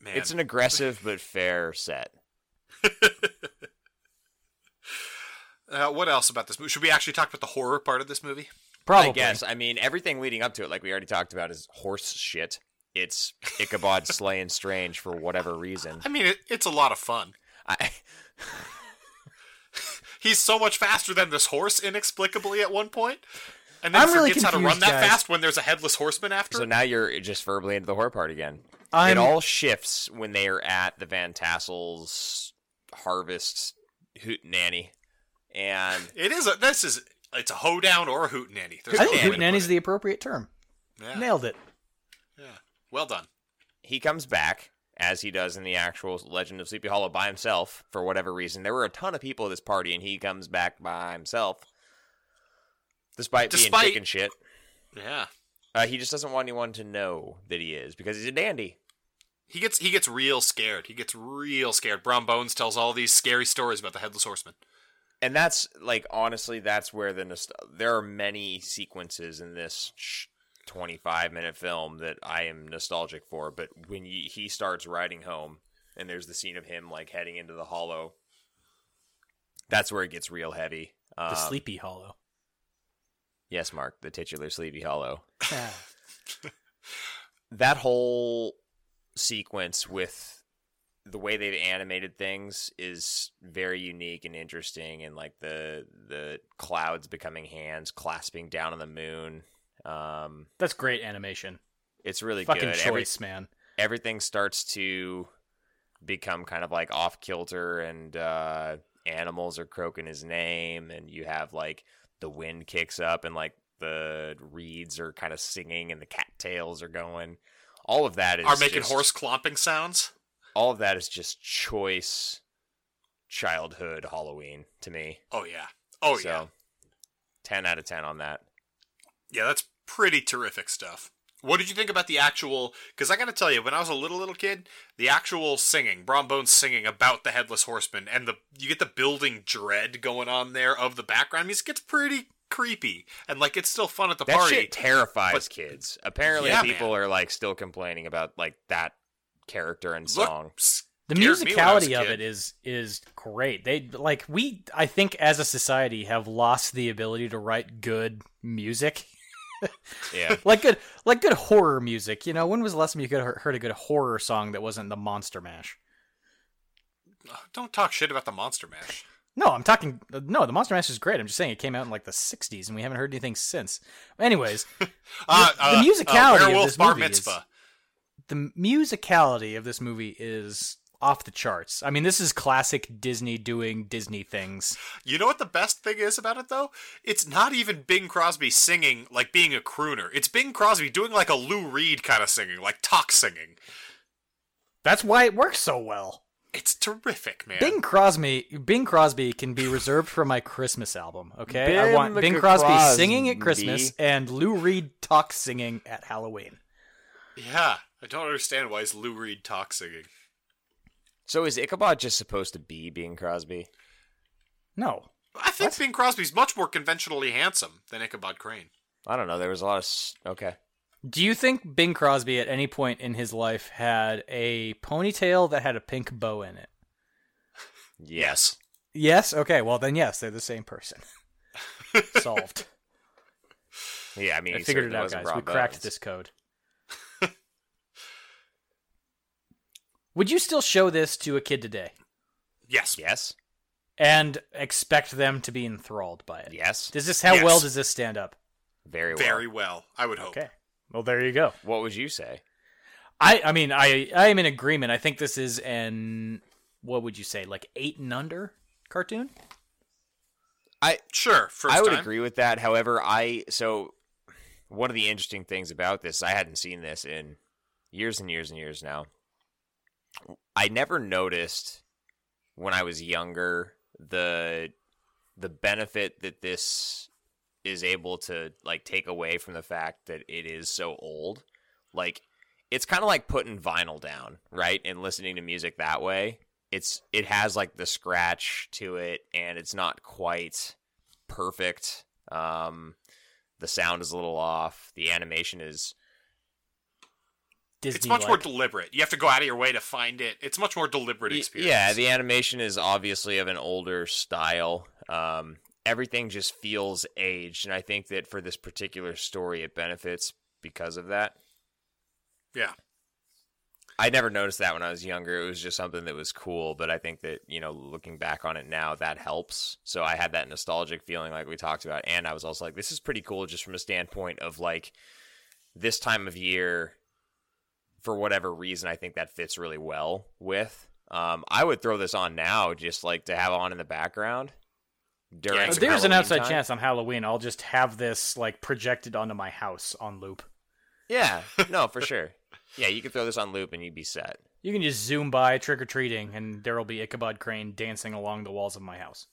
Man, It's an aggressive but fair set. uh, what else about this movie? Should we actually talk about the horror part of this movie? Probably. I guess. I mean, everything leading up to it, like we already talked about, is horse shit. It's Ichabod slaying strange for whatever reason. I mean, it, it's a lot of fun. I, He's so much faster than this horse inexplicably at one point, and then I'm forgets really how to run confused, that guys. fast when there's a headless horseman after. so him. now you're just verbally into the horror part again. I'm- It all shifts when they are at the Van Tassel's harvest hoot nanny, and It is a this is it's a hoedown or a hootenanny. There's I no think way to hootenanny's put the appropriate term. it. yeah, Nailed it. yeah. Well done. he comes back as he does in the actual Legend of Sleepy Hollow by himself for whatever reason. There were a ton of people at this party, and he comes back by himself, despite, Despite- being chicken shit. Yeah. Uh, he just doesn't want anyone to know that he is because he's a dandy. He gets he gets real scared. He gets real scared. Brown Bones tells all these scary stories about the headless horseman. And that's like honestly, that's where the nost- there are many sequences in this sh- twenty-five minute film that I am nostalgic for. But when y he starts riding home, and there's the scene of him like heading into the hollow, that's where it gets real heavy. The Um, Sleepy Hollow. Yes, Mark, the titular Sleepy Hollow. that whole sequence with the way they've animated things is very unique and interesting and like the the clouds becoming hands clasping down on the moon um That's great animation. it's really Fucking good choice, Every- man. everything starts to become kind of like off kilter and uh animals are croaking his name and you have like the wind kicks up and like the reeds are kind of singing and the cattails are going all of that is Are making just- horse clomping sounds. all of that is just choice childhood Halloween to me. Oh yeah. Oh so, yeah. 10 out of 10 on that. Yeah, that's pretty terrific stuff. What did you think about the actual? Because I got to tell you, when I was a little little kid, the actual singing, Brombone's singing about the headless horseman, and the you get the building dread going on there of the background music. Gets pretty creepy, and like it's still fun at the That party. shit terrifies but- kids. Apparently Yeah, people are like still complaining about like that character and Look, song. the scared me when I was a musicality of kid. it is is great they like we i think as a society have lost the ability to write good music Yeah. like good like good horror music you know when was the last time you could heard heard a good horror song that wasn't the monster mash Oh, Don't talk shit about the Monster Mash. no i'm talking no the monster mash is great i'm just saying it came out in like the 60s and we haven't heard anything since anyways Uh, the uh, musicality uh, of Werewolf this Bar movie is- Mitzvah. the musicality of this movie is off the charts. I mean, this is classic Disney doing Disney things. You know what the best thing is about it though? It's not even Bing Crosby singing like being a crooner. It's Bing Crosby doing like a Lou Reed kind of singing, like talk singing. That's why it works so well. It's terrific, man. Bing Crosby, Bing Crosby can be reserved for my Christmas album. Okay, I Bing want Bing Crosby, Crosby. singing at Christmas and Lou Reed talk singing at Halloween. Yeah, I don't understand why is Lou Reed talk singing. So is Ichabod just supposed to be Bing Crosby? No, I think Bing Crosby's much more conventionally handsome than Ichabod Crane. I don't know. There was a lot of s- okay. do you think Bing Crosby at any point in his life had a ponytail that had a pink bow in it? Yes. Yes. Okay. Well, then yes, they're the same person. Solved. Yeah, I mean, I he figured it certainly out, wasn't guys. We Ron cracked Bones. this code. Would you still show this to a kid today Yes. Yes. and expect them to be enthralled by it? Yes. Does this how Yes. well does this stand up? Very well. Very well, I would hope. Okay. Well, there you go. What would you say? I I mean I I am in agreement. I think this is an what would you say like eight and under cartoon? Sure, first I would time. agree with that. However, I so one of the interesting things about this, I hadn't seen this in years and years and years now. I never noticed when I was younger the the benefit that this is able to like take away from the fact that it is so old. Like it's kind of like putting vinyl down, right? And listening to music that way. It's it has like the scratch to it and it's not quite perfect. Um, the sound is a little off. The animation is Disney. It's much more deliberate. You have to go out of your way to find it. It's much more deliberate Y- experience. Yeah, the animation is obviously of an older style. Um, everything just feels aged, and I think that for this particular story, it benefits because of that. Yeah. I never noticed that when I was younger. It was just something that was cool, but I think that, you know, looking back on it now, that helps. So I had that nostalgic feeling like we talked about. And I was also like, this is pretty cool just from a standpoint of like this time of year, for whatever reason, I think that fits really well with. Um, I would throw this on now just like to have on in the background during. Yeah, it's There's a an Halloween outside time. chance on Halloween I'll just have this like projected onto my house on loop. Yeah, no, for sure. Yeah, you could throw this on loop and you'd be set. You can just zoom by trick or treating, and there will be Ichabod Crane dancing along the walls of my house.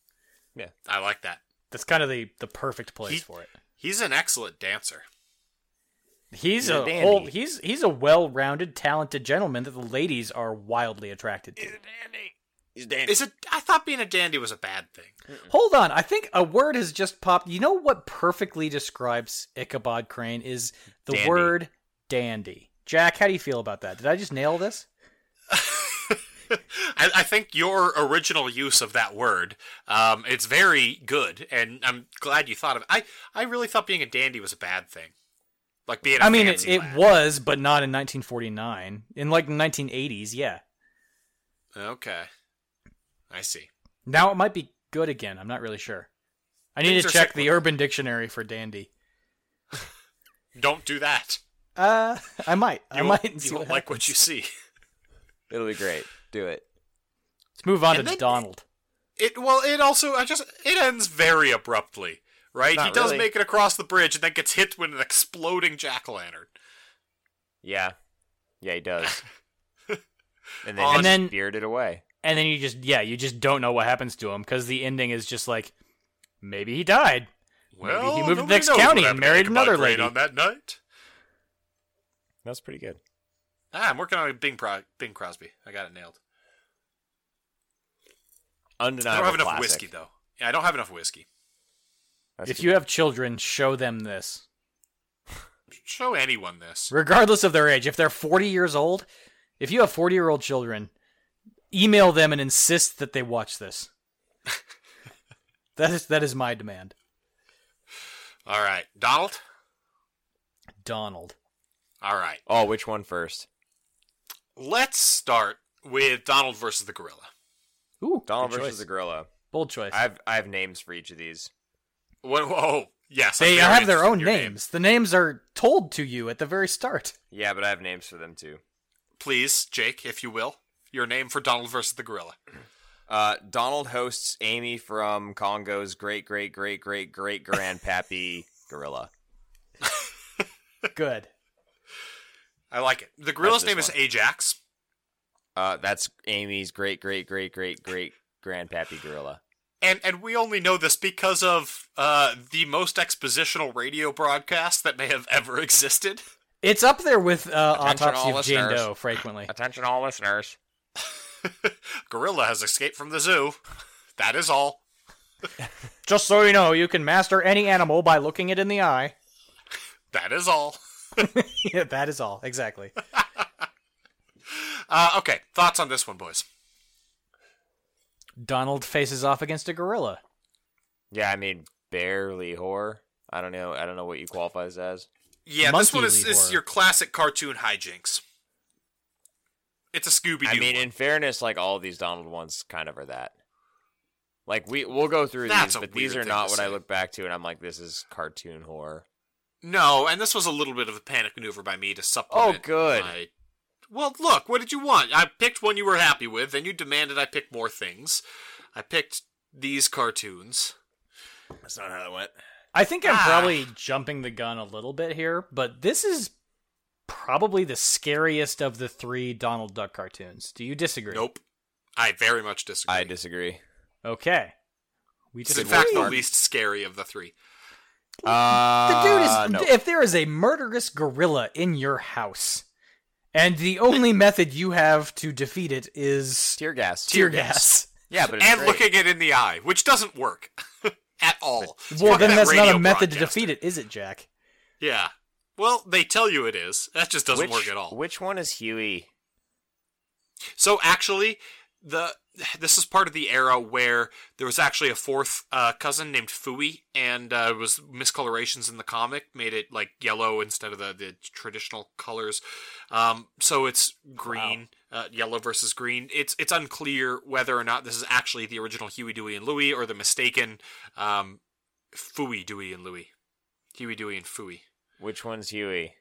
I like that. That's kind of the, the perfect place He- for it. He's an excellent dancer. He's, he's a a, dandy. whole, he's he's a well rounded, talented gentleman that the ladies are wildly attracted to. He's dancing. Is it I thought being a dandy was a bad thing. Hold on, I think a word has just popped. You know what perfectly describes Ichabod Crane is the Dandy. word dandy. Jack, how do you feel about that? Did I just nail this? I, I think your original use of that word, um, it's very good, and I'm glad you thought of it. I, I really thought being a dandy was a bad thing, like being. I I mean, it, fancy it lad. was, but not in 1949. In like the 1980s, yeah. okay. I see. Now it might be good again. I'm not really sure. I need Things to are check the cyclical. Urban Dictionary for dandy. Don't do that. Uh, I might. I You won't- might. you see won't what like what you happens. see. It'll be great. Do it. Let's move on And to then- Donald. It well, it also I just it ends very abruptly, right? Not he does really. make it across the bridge and then gets hit with an exploding jack o' lantern. Yeah. Yeah, he does. and then On- he And then- spirited away. and then you just yeah you just don't know what happens to him because the ending is just like maybe he died Maybe he Well, moved to the nobody next knows county what and happened to married Ichabod another Crane lady. on that night. That's pretty good. Ah, I'm working on a Bing, Pro- Bing Crosby. I got it nailed. I Undeniable. don't have enough classic. whiskey though. Yeah, I don't have enough whiskey. That's if good. you have children show them this Show anyone this. regardless of their age if they're 40 years old if you have 40 year old children email them and insist that they watch this that is that is my demand All right, Donald. donald All right, oh, which one first? let's start with Donald versus the gorilla. ooh Donald good versus choice. the gorilla. bold choice I've I have names for each of these. What? Whoa. Yes, I'm they very have their interested in own your names name. the names are told to you at the very start Yeah, but I have names for them too. Please, Jake, if you will, your name for Donald versus the gorilla. Uh, Donald hosts Amy from Congo's great great great great great grandpappy gorilla. good I like it. The gorilla's this name is one. Ajax. Uh, that's Amy's great great great great great grandpappy gorilla. And and we only know this because of uh, the most expositional radio broadcast that may have ever existed. it's up there with uh, Attention autopsy all of jane listeners. doe frequently Attention, all listeners. Gorilla has escaped from the zoo. That is all. Just so you know, you can master any animal by looking it in the eye. That is all. yeah, that is all. Exactly. Uh, okay, thoughts on this one, boys? Donald faces off against a gorilla. Yeah, I mean barely horror. I don't know. I don't know what you qualifies as. Yeah, this Monkey one is, Lee is horror. your classic cartoon hijinks. It's a Scooby Doo. I mean, in fairness, like all these Donald ones kind of are that. Like we we'll go through That's these, a but these weird are thing not to what I say. look back to, and I'm like, this is cartoon horror. no, and this was a little bit of a panic maneuver by me to supplement. Oh, good. my- Well, look, what did you want? I picked one you were happy with, then you demanded I pick more things. I picked these cartoons. That's not how that went. I think I'm Ah. probably jumping the gun a little bit here, but this is probably the scariest of the three Donald Duck cartoons. Do you disagree? Nope. I very much disagree. I disagree. Okay. We It's just in fact the Mark. least scary of the three. The dude is. Uh, no. If there is a murderous gorilla in your house, and the only method you have to defeat it is tear gas. tear gas. Yeah, but it's And great. looking it in the eye, which doesn't work at all. Well, Fuck then that that's not radio a method to broadcast. defeat it, is it, Jack? Yeah. Well, they tell you it is. That just doesn't which, work at all. Which one is Huey? So actually, the this is part of the era where there was actually a fourth uh, cousin named Fui, and uh, it was miscolorations in the comic made it like yellow instead of the, the traditional colors. Um, so it's green, uh, yellow versus green. It's it's unclear whether or not this is actually the original Huey, Dewey, and Louie or the mistaken um, Fui, Dewey, and Louie. Huey, Dewey, and Fui. Which one's Huey?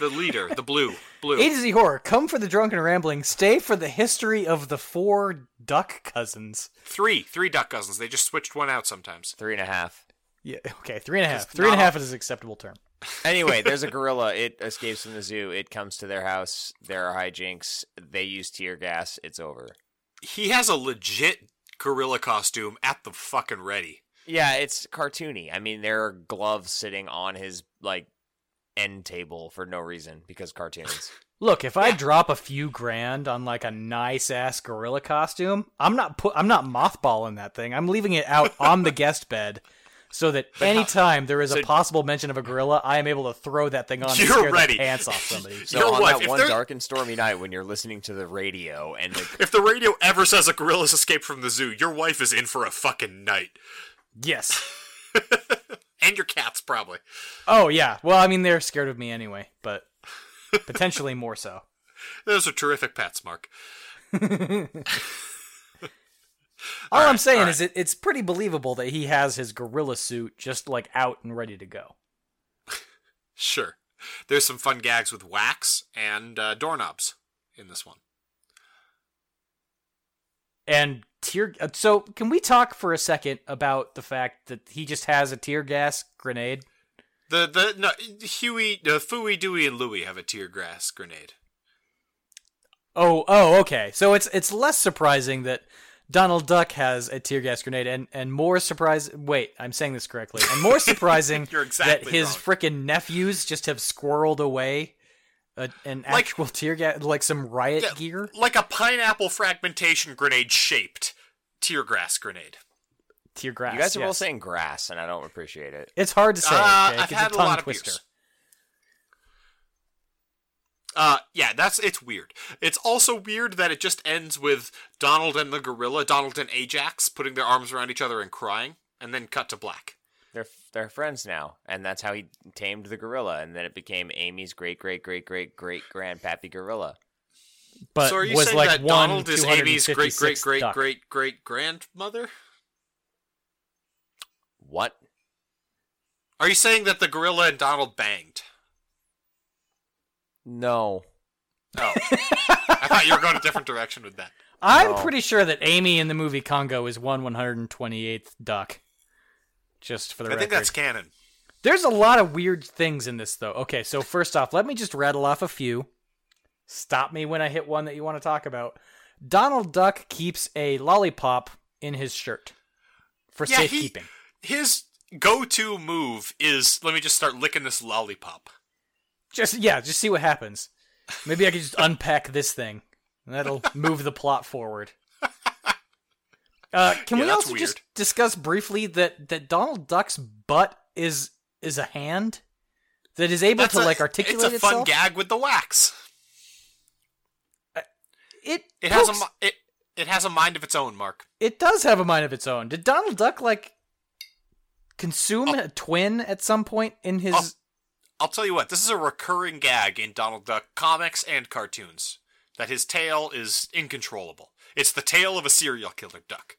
The leader, the blue, blue. A to Z horror. Come for the drunken rambling. Stay for the history of the four duck cousins. Three, three duck cousins. They just switched one out sometimes. Three and a half. Yeah. Okay. Three and a half. Just Three and a not- half is an acceptable term. Anyway, there's a gorilla. It escapes from the zoo. It comes to their house. There are hijinks. They use tear gas. It's over. he has a legit gorilla costume at the fucking ready. Yeah, it's cartoony. I mean, there are gloves sitting on his like end table for no reason because cartoons. Look, if I drop a few grand on like a nice ass gorilla costume, I'm not put. I'm not mothballing that thing. I'm leaving it out on the guest bed. So that anytime there is a possible mention of a gorilla, I am able to throw that thing on and You're scare ready. the pants off somebody. So Your on wife, that if one there- dark and stormy night when you're listening to the radio and the If the radio ever says a gorilla's escaped from the zoo, your wife is in for a fucking night. Yes. And your cats, probably. Oh yeah. Well, I mean, they're scared of me anyway, but potentially more so. Those are terrific pets, Mark. All, I'm saying all is it, it's pretty believable that he has his gorilla suit just like out and ready to go. Sure. There's some fun gags with wax and uh, doorknobs in this one. And tear uh, so can we talk for a second about the fact that he just has a tear gas grenade? The the no Huey, uh, Fooey, Dewey, and Louie have a tear gas grenade. Oh, oh, okay. So it's it's less surprising that Donald Duck has a tear gas grenade, and and more surprise. Wait, I'm saying this correctly. And more surprising You're exactly that his wrong. frickin' nephews just have squirreled away a, an Like- actual tear gas, like some riot Yeah, gear. Like a pineapple fragmentation grenade shaped tear grass grenade. Tear grass. You guys are yes. all saying grass, and I don't appreciate it. it's hard to say. Uh, okay? I've 'Cause had it's a tongue lot of twister. beers. Uh, yeah, that's it's weird. It's also weird that it just ends with Donald and the gorilla, Donald and Ajax, putting their arms around each other and crying, and then cut to black. They're they're friends now, and that's how he tamed the gorilla, and then it became Amy's great great great great great grandpappy gorilla. But so are you was saying like that one Donald is Amy's great great 256th great duck. great great grandmother? What? Are you saying that the gorilla and Donald banged? No. Oh, I thought you were going a different direction with that. I'm No. pretty sure that Amy in the movie Congo is one 128th duck. Just for the I think record. that's canon. There's a lot of weird things in this, though. Okay, so first off, let me just rattle off a few. Stop me when I hit one that you want to talk about. Donald Duck keeps a lollipop in his shirt for Yeah, he- safekeeping. His go-to move is let me just start licking this lollipop. Just yeah, just see what happens. Maybe I could just unpack this thing. And that'll move the plot forward. Uh, can Yeah, we that's also just weird. discuss briefly that that Donald Duck's butt is is a hand that is able to a- like articulate It's a fun itself? gag with the wax. It It has a pokes- mi- it it has a mind of its own, Mark. It does have a mind of its own. Did Donald Duck like consume a twin at some point in his? Oh. I'll tell you what. This is a recurring gag in Donald Duck comics and cartoons that his tail is incontrollable. It's the tail of a serial killer duck.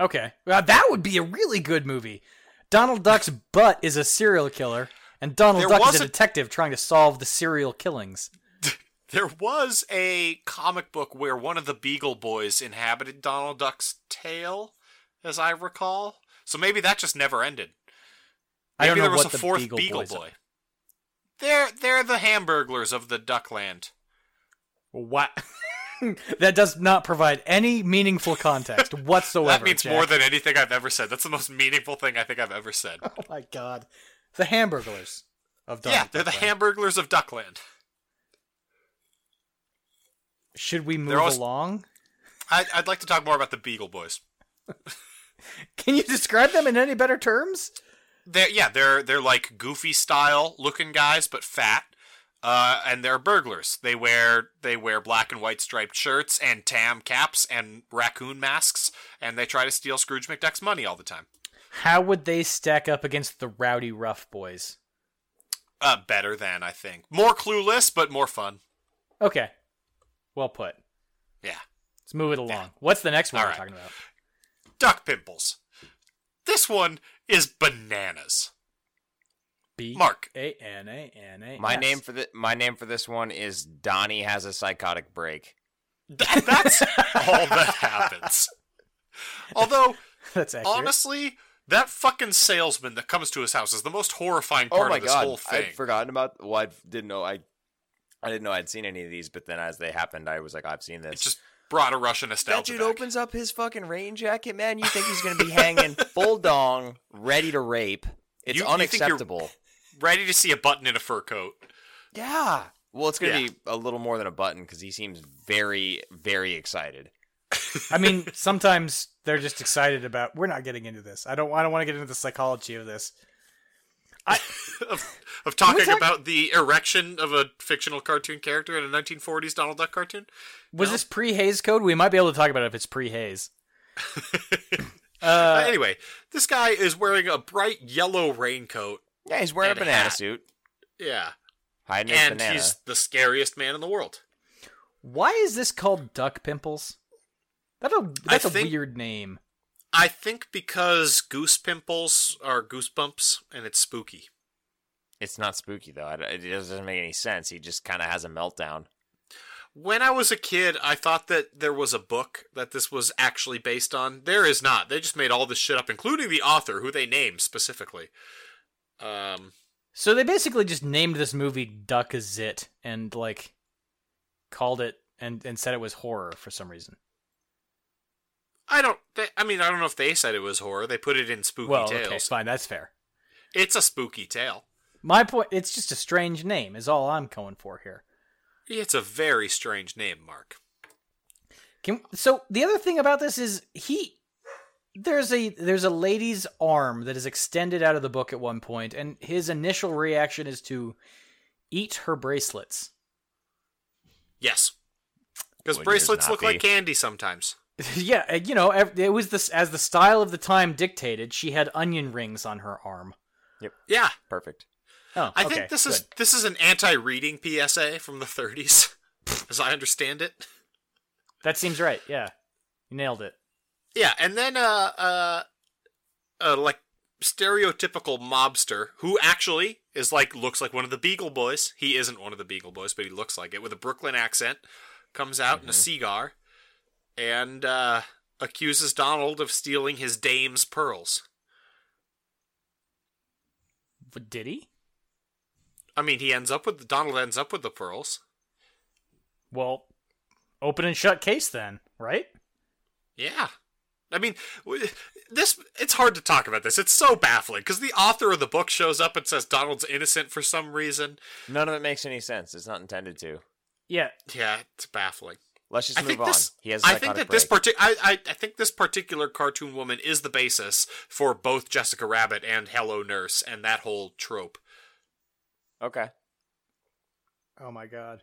Okay, well, that would be a really good movie. Donald Duck's butt is a serial killer, and Donald There Duck was is a a- detective trying to solve the serial killings. There was a comic book where one of the Beagle Boys inhabited Donald Duck's tail, as I recall. So maybe that just never ended. I Maybe don't know there was what a the fourth Beagle Beagle, Boys are. Boy. They're they're the Hamburglers of the Duckland. What? that does not provide any meaningful context whatsoever. that means Jack. more than anything I've ever said. That's the most meaningful thing I think I've ever said. Oh my god, the Hamburglers of Donald. yeah, they're the Duckland. Hamburglers of Duckland. Should we move They're always- along? I, I'd like to talk more about the Beagle Boys. Can you describe them in any better terms? They're yeah, they're they're like goofy style looking guys, but fat. Uh, and they're burglars. They wear they wear black and white striped shirts and tam caps and raccoon masks, and they try to steal Scrooge McDuck's money all the time. How would they stack up against the rowdy rough boys? Uh, better than I think. More clueless, but more fun. Okay. Well put. Yeah. Let's move it along. What's the next one All we're right. talking about? Duck pimples. This one is bananas. B Mark. A N A N A. My S. name for the my name for this one is Donnie has a psychotic break. Th- that's all that happens. Although, That's accurate. honestly, that fucking salesman that comes to his house is the most horrifying part of this whole thing. Oh I'd forgotten about. Well, I didn't know. I I didn't know I'd seen any of these, but then as they happened, I was like, I've seen It this. just brought a Russian nostalgia. that dude back. opens up his fucking rain jacket, man. You think he's gonna be hanging full dong, ready to rape? It's You- you think you're- unacceptable. Ready to see a button in a fur coat. yeah. Well, it's gonna Yeah. be a little more than a button because he seems very, very excited. I mean, sometimes they're just excited about. We're not getting into this. I don't. I don't want to get into the psychology of this. Of, of talking talk- about the erection of a fictional cartoon character in a 1940s Donald Duck cartoon. Was No. this pre-haze code? We might be able to talk about it if it's pre-haze. Uh, uh, anyway, this guy is wearing a bright yellow raincoat. Yeah, he's wearing And a a banana hat. suit, Yeah. hiding his And banana. he's the scariest man in the world. why is this called duck pimples? That a, that's a think- weird name. I think because goose pimples are goosebumps and it's spooky. It's not spooky though. I d- It doesn't make any sense. He just kind of has a meltdown. When I was a kid, I thought that there was a book that this was actually based on. There is not. They just made all this shit up, including the author, who they name specifically. Um, So they basically just named this movie Duck Zit and like called it and and said it was horror for some reason. I don't. They, I mean, I don't know if they said it was horror. They put it in spooky well, tales. okay, fine, that's fair. It's a spooky tale. My point, it's just a strange name is all I'm going for here. It's a very strange name, Mark. Can, so the other thing about this is he there's a there's a lady's arm that is extended out of the book at one point, and his initial reaction is to eat her bracelets. Yes, because Wouldn't yours bracelets not look like be? candy sometimes. yeah, uh, you know, ev- it was this as the style of the time dictated. She had onion rings on her arm. Yeah, Perfect. Oh, I okay, think this is good. this is an anti-reading PSA from the 30s, as I understand it. that seems right. Yeah, you nailed it. Yeah, and then uh uh, uh like stereotypical mobster who actually is like looks like one of the Beagle Boys. He isn't one of the Beagle Boys, but he looks like it with a Brooklyn accent. Comes out in a cigar and uh accuses Donald of stealing his dame's pearls. But did he? I mean, he ends up with Donald ends up with the pearls. Well, open and shut case then, right? Yeah. I mean, w- this it's hard to talk about this. It's so baffling because the author of the book shows up and says Donald's innocent for some reason. None of it makes any sense. It's not intended to. Yeah, Yeah, it's baffling. Let's just I move think on. this. he has. a I think psychotic that this break. partic- I, I I think this particular cartoon woman is the basis for both Jessica Rabbit and Hello Nurse and that whole trope. Okay. Oh my god.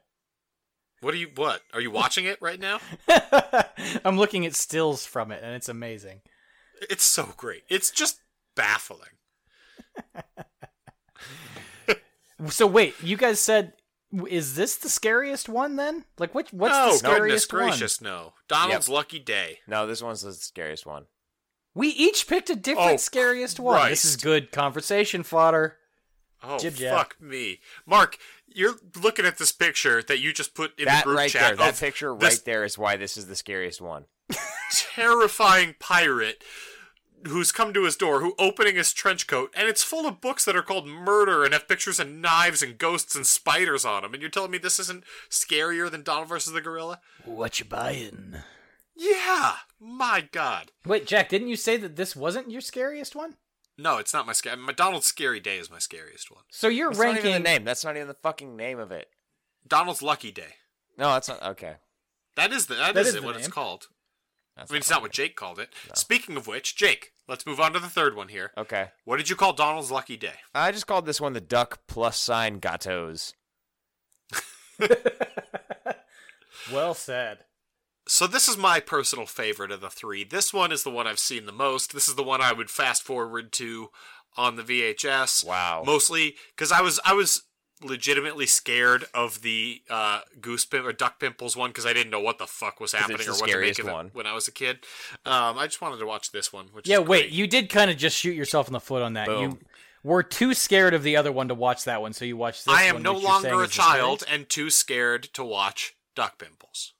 What are you? What are you watching it right now? I'm looking at stills from it and it's amazing. It's so great. It's just baffling. So wait, you guys said is this the scariest one then? Like which what's no, the Oh, goodness scariest gracious, no. Donald's lucky day. No, this one's the scariest one. one? We each picked a different Oh, scariest one. This is Christ. good conversation fodder. Oh Jib jab. fuck me, Mark! You're looking at this picture that you just put in that the group right chat there, that of picture this right there is why this is the scariest one. terrifying pirate who's come to his door, who opening his trench coat, and it's full of books that are called murder and have pictures of knives and ghosts and spiders on them. And you're telling me this isn't scarier than Donald versus the gorilla? What you buying? Yeah, my god. Wait, Jack, didn't you say that this wasn't your scariest one? No, it's not my scary. My Donald's scary day is my scariest one. So you're That's ranking not even the name. That's not even the fucking name of it. Donald's lucky day. No, that's not okay. That is the that, That is, is it, the what it's name. called. That's I mean, it's not what Jake called it. Speaking of which, Jake, let's move on to the third one here. Okay. What did you call Donald's lucky day? I just called this one the duck plus sign gatos. Well said. So this is my personal favorite of the three. This one is the one I've seen the most. This is the one I would fast forward to on the VHS. Wow. Mostly because I was I was legitimately scared of the uh, goose pimp or duck pimples one because I didn't know what the fuck was it's happening the or what to make scariest of it one. when I was a kid. Um, I just wanted to watch this one. Which Yeah, is wait, great. you did kind of just shoot yourself in the foot on that. You Boom. were too scared of the other one to watch that one, so you watched this I am one, no which you're saying longer a is the scariest. child and too scared to watch duck pimples.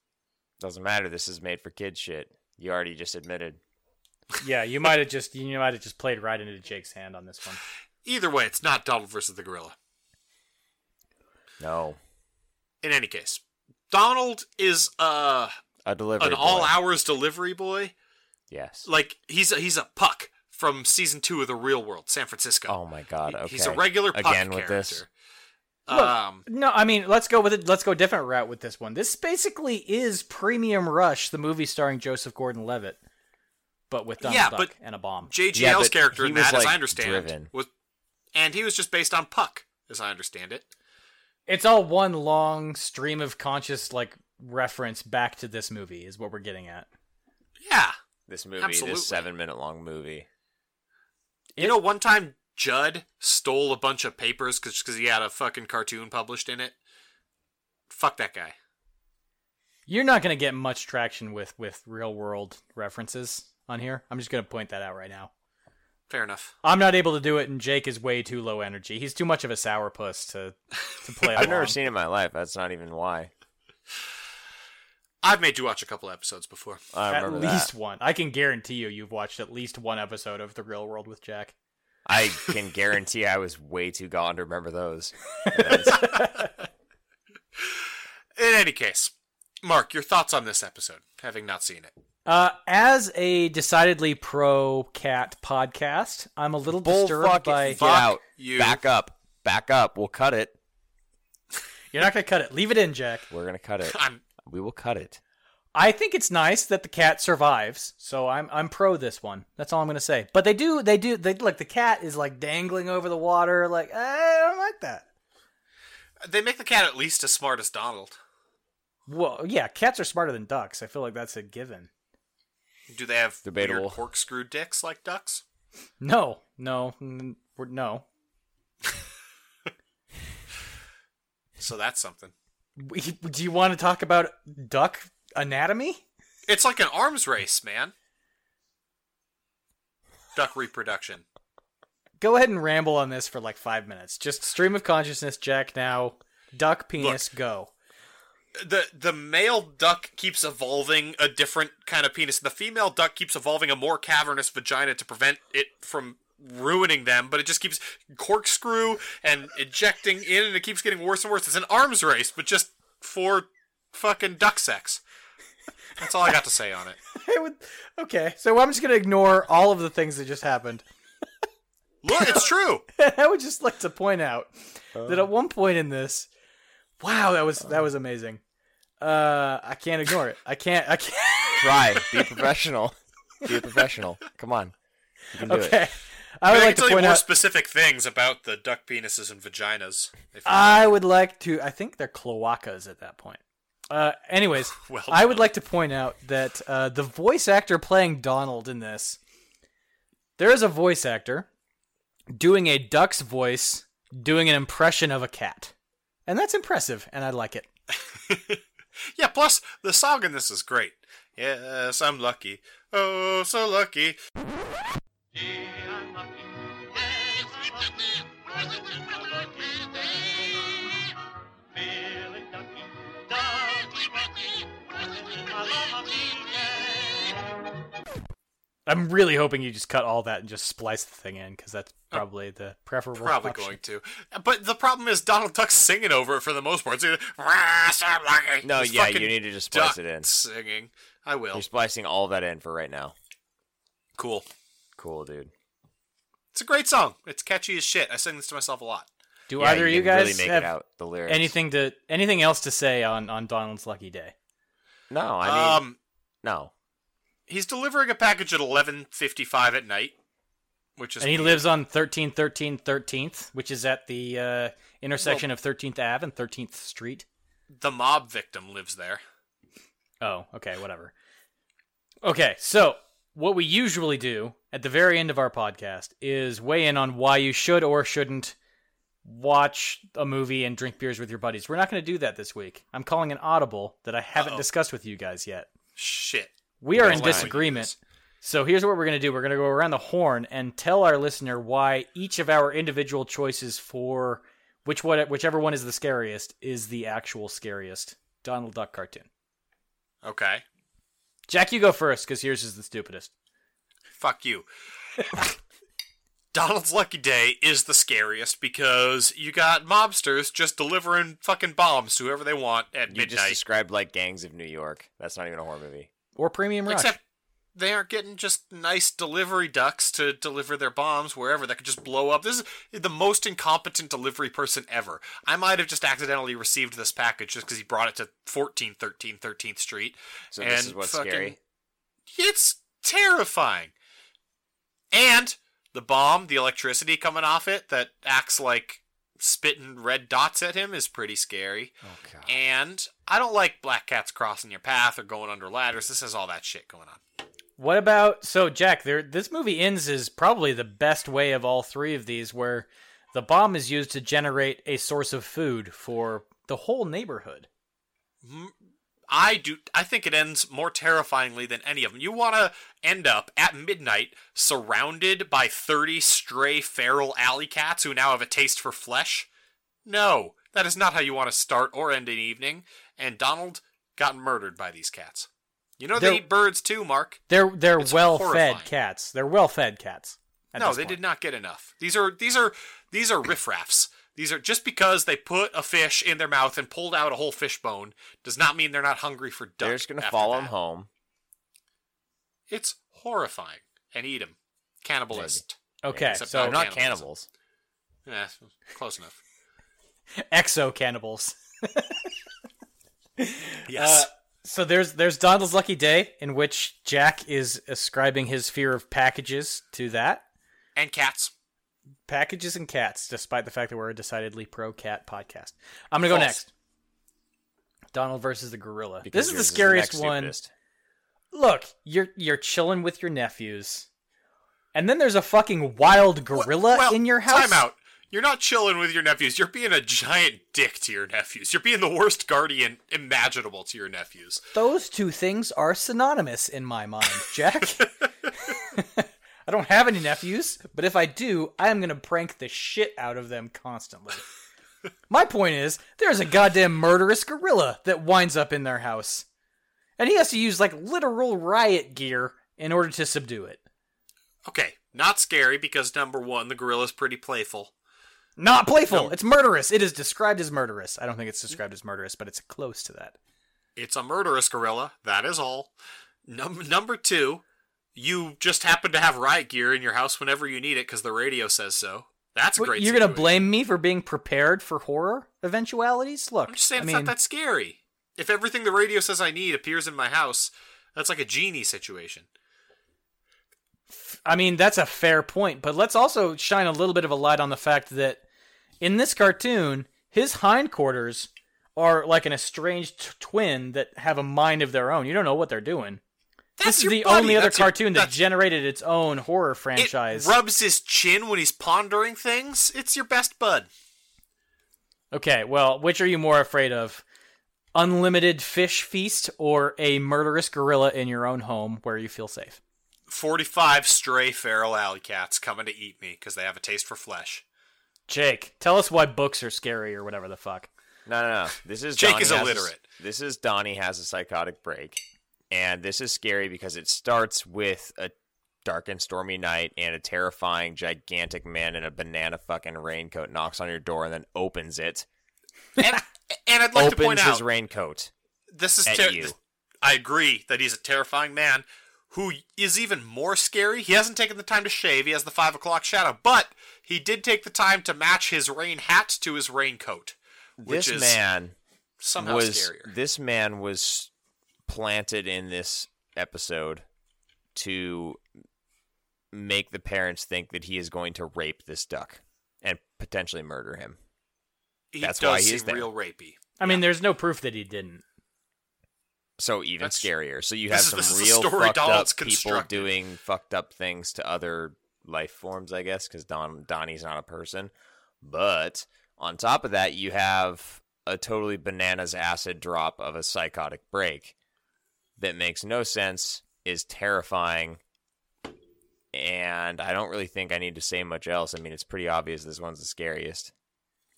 Doesn't matter. This is made for kid shit. You already just admitted. Yeah, you might have just you might have just played right into Jake's hand on this one. Either way, it's not Donald versus the gorilla. No. In any case, Donald is uh A delivery. an all boy. hours delivery boy. Yes. Like he's a, he's a puck from season two of the Real World, San Francisco. Oh my god. uh, He- Okay. he's a regular puck Again with character. this. Um, No, I mean let's go with it. Let's go a different route with this one. This basically is Premium Rush, the movie starring Joseph Gordon-Levitt, but with Donald Yeah, Duck but- and a bomb. JGL's Yeah, but character he in was, that, as I like, understand, driven. was, and he was just based on puck, as I understand it. It's all one long stream of conscious like reference back to this movie is what we're getting at. Yeah, This movie, Absolutely. this seven minute long movie. you know, one time Judd stole a bunch of papers because he had a fucking cartoon published in it. Fuck that guy. You're not going to get much traction with with real world references on here. I'm just going to point that out right now. Fair enough. I'm not able to do it, and Jake is way too low energy. He's too much of a sourpuss to to play. I've never along. seen it in my life. That's not even why. I've made you watch a couple episodes before. I at remember least that. one. I can guarantee you, you've watched at least one episode of The Real World with Jack. I can guarantee I was way too gone to remember those. In any case, Mark, your thoughts on this episode, having not seen it. Uh, as a decidedly pro cat podcast, I'm a little disturbed by. Get out. you. Back up. Back up. We'll cut it. You're not gonna cut it. Leave it in, Jack. We're gonna cut it. I'm we will cut it. I think it's nice that the cat survives, so I'm I'm pro this one. That's all I'm gonna say. But they do they do they look. The cat is like dangling over the water. Like "Eh, I don't like that. they make the cat at least as smart as Donald. Well, yeah, cats are smarter than ducks. I feel like that's a given. Do they have Debatable. weird corkscrew dicks like ducks? No, no, n- we're- no. So that's something. We- Do you want to talk about duck anatomy? It's like an arms race, man. Duck reproduction. Go ahead and ramble on this for like five minutes. Just stream of consciousness, Jack. Now, duck penis, go. The the male duck keeps evolving a different kind of penis. The female duck keeps evolving a more cavernous vagina to prevent it from ruining them, but it just keeps corkscrew and ejecting in and it keeps getting worse and worse. It's an arms race, but just for fucking duck sex. That's all I got to say on it. I would. Okay, so I'm just gonna ignore all of the things that just happened. Look, it's true. I would just like to point out that Uh. at one point in this, wow, that was that was amazing. Uh, I can't ignore it. I can't. I can't. Try. Be professional. Be a professional. Come on. You can do it. Okay, I I, would can like tell to you point more out. specific things about the duck penises and vaginas. If you I would like to. I think they're cloacas at that point. Uh, anyways, Well I would done. like to point out that uh, the voice actor playing Donald in this, there is a voice actor doing a duck's voice, doing an impression of a cat, and that's impressive, and I like it. Yeah, plus the song in this is great. Yes, I'm lucky. Oh, so lucky. I'm really hoping you just cut all that and just splice the thing in because that's Oh, probably the preferable. Probably option. going to. But the problem is Donald Duck's singing over it for the most part. It's either, "Rah, so I'm lucky." No, It's yeah, fucking you need to just splice Duck it in. singing. I will. You're splicing all that in for right now. Cool. Cool, dude. It's a great song. It's catchy as shit. I sing this to myself a lot. Do Yeah, either of you you can guys really make have it out the lyrics? anything to anything else to say on on Donald's lucky day? No, I mean um, no. he's delivering a package at 11:55 at night, which is And he weird. lives on 1313 13th, which is at the uh, intersection of 13th Ave and 13th Street. the mob victim lives there. Oh, okay, whatever. Okay, so what we usually do at the very end of our podcast is weigh in on why you should or shouldn't watch a movie and drink beers with your buddies. We're not going to do that this week. I'm calling an audible that I haven't Uh-oh. discussed with you guys yet. Shit. We are in That's why we do disagreement. this. So here's what we're going to do. We're going to go around the horn and tell our listener why each of our individual choices for which one, whichever one is the scariest is the actual scariest Donald Duck cartoon. Okay. Jack, you go first because yours is the stupidest. Fuck you. Donald's Lucky Day is the scariest because you got mobsters just delivering fucking bombs to whoever they want at You just midnight. described like gangs of New York. That's not even a horror movie. Or Premium Rush. Except they aren't getting just nice delivery ducks to deliver their bombs wherever that could just blow up. This is the most incompetent delivery person ever. I might have just accidentally received this package just because he brought it to 1413 13th Street. So this And is what's fucking- scary. It's terrifying. And the bomb, the electricity coming off it that acts like spitting red dots at him is pretty scary. Oh god. And I don't like black cats crossing your path or going under ladders. This has all that shit going on. What about so Jack? There, this movie ends is probably the best way of all three of these, where the bomb is used to generate a source of food for the whole neighborhood. I do. I think it ends more terrifyingly than any of them. You want to end up at midnight surrounded by thirty stray feral alley cats who now have a taste for flesh? No, that is not how you want to start or end an evening. And Donald got murdered by these cats. You know They're- they eat birds too, Mark. They're they're It's well horrifying. fed cats. They're well fed cats. at no, this they point. did not get enough. These are these are these are riffraffs. These are just because they put a fish in their mouth and pulled out a whole fish bone does not mean they're not hungry for duck. They're just gonna after follow that. him home. It's horrifying and eat them. Cannibalist. Okay, Except so They're not cannibals. cannibals. Yeah, close enough. exo cannibals. Uh, Yes. so there's there's Donald's lucky day in which Jack is ascribing his fear of packages to that and cats. packages and cats, despite the fact that we're a decidedly pro cat podcast. I'm gonna go False. next. Donald versus the gorilla. because this is yours the next scariest one. stupidest. Look, you're you're chilling with your nephews, and then there's a fucking wild gorilla Well, in your house. Time out. You're not chilling with your nephews. You're being a giant dick to your nephews. You're being the worst guardian imaginable to your nephews. Those two things are synonymous in my mind, Jack. I don't have any nephews, but if I do, I am going to prank the shit out of them constantly. my point is, there's a goddamn murderous gorilla that winds up in their house. And he has to use, like, literal riot gear in order to subdue it. Okay, not scary because number one, the gorilla's pretty playful. Not playful. No. It's murderous. It is described as murderous. I don't think it's described as murderous, but it's close to that. It's a murderous gorilla. That is all. Num- number two, you just happen to have riot gear in your house whenever you need it because the radio says so. That's a What, great. You're going to situation. blame me for being prepared for horror eventualities? Look, I'm just I saying it's mean, not that scary. If everything the radio says I need appears in my house, that's like a genie situation. I mean, that's a fair point, but let's also shine a little bit of a light on the fact that in this cartoon, his hindquarters are like an estranged t- twin that have a mind of their own. You don't know what they're doing. this That's is your the buddy. only other That's your- cartoon that that's- generated its own horror it franchise. rubs his chin when he's pondering things. It's your best bud. okay, well, which are you more afraid of? Unlimited fish feast or a murderous gorilla in your own home where you feel safe? 45 stray feral alley cats coming to eat me because they have a taste for flesh. Jake, tell us why books are scary or whatever the fuck. No, no, no. This is Jake Donnie is has a- illiterate. this is Donnie has a psychotic break, and this is scary because it starts with a dark and stormy night, and a terrifying, gigantic man in a banana fucking raincoat knocks on your door and then opens it. And, and I'd like to point opens out his raincoat. this is at ter- you. this- I agree that he's a terrifying man who is even more scary. He hasn't taken the time to shave. He has the five o'clock shadow, but he did take the time to match his rain hat to his raincoat, which This is man somehow was scarier. this man was planted in this episode to make the parents think that he is going to rape this duck and potentially murder him. he that's does why he seem is there. real rapey. I mean, there's no proof that he didn't. So even That's- scarier. So you this have is- some this is a real story fucked Donald's up people constructed. doing fucked up things to other life forms, I guess, because Don Donnie's not a person. But on top of that, you have a totally bananas acid drop of a psychotic break that makes no sense, is terrifying, and I don't really think I need to say much else. I mean, it's pretty obvious this one's the scariest.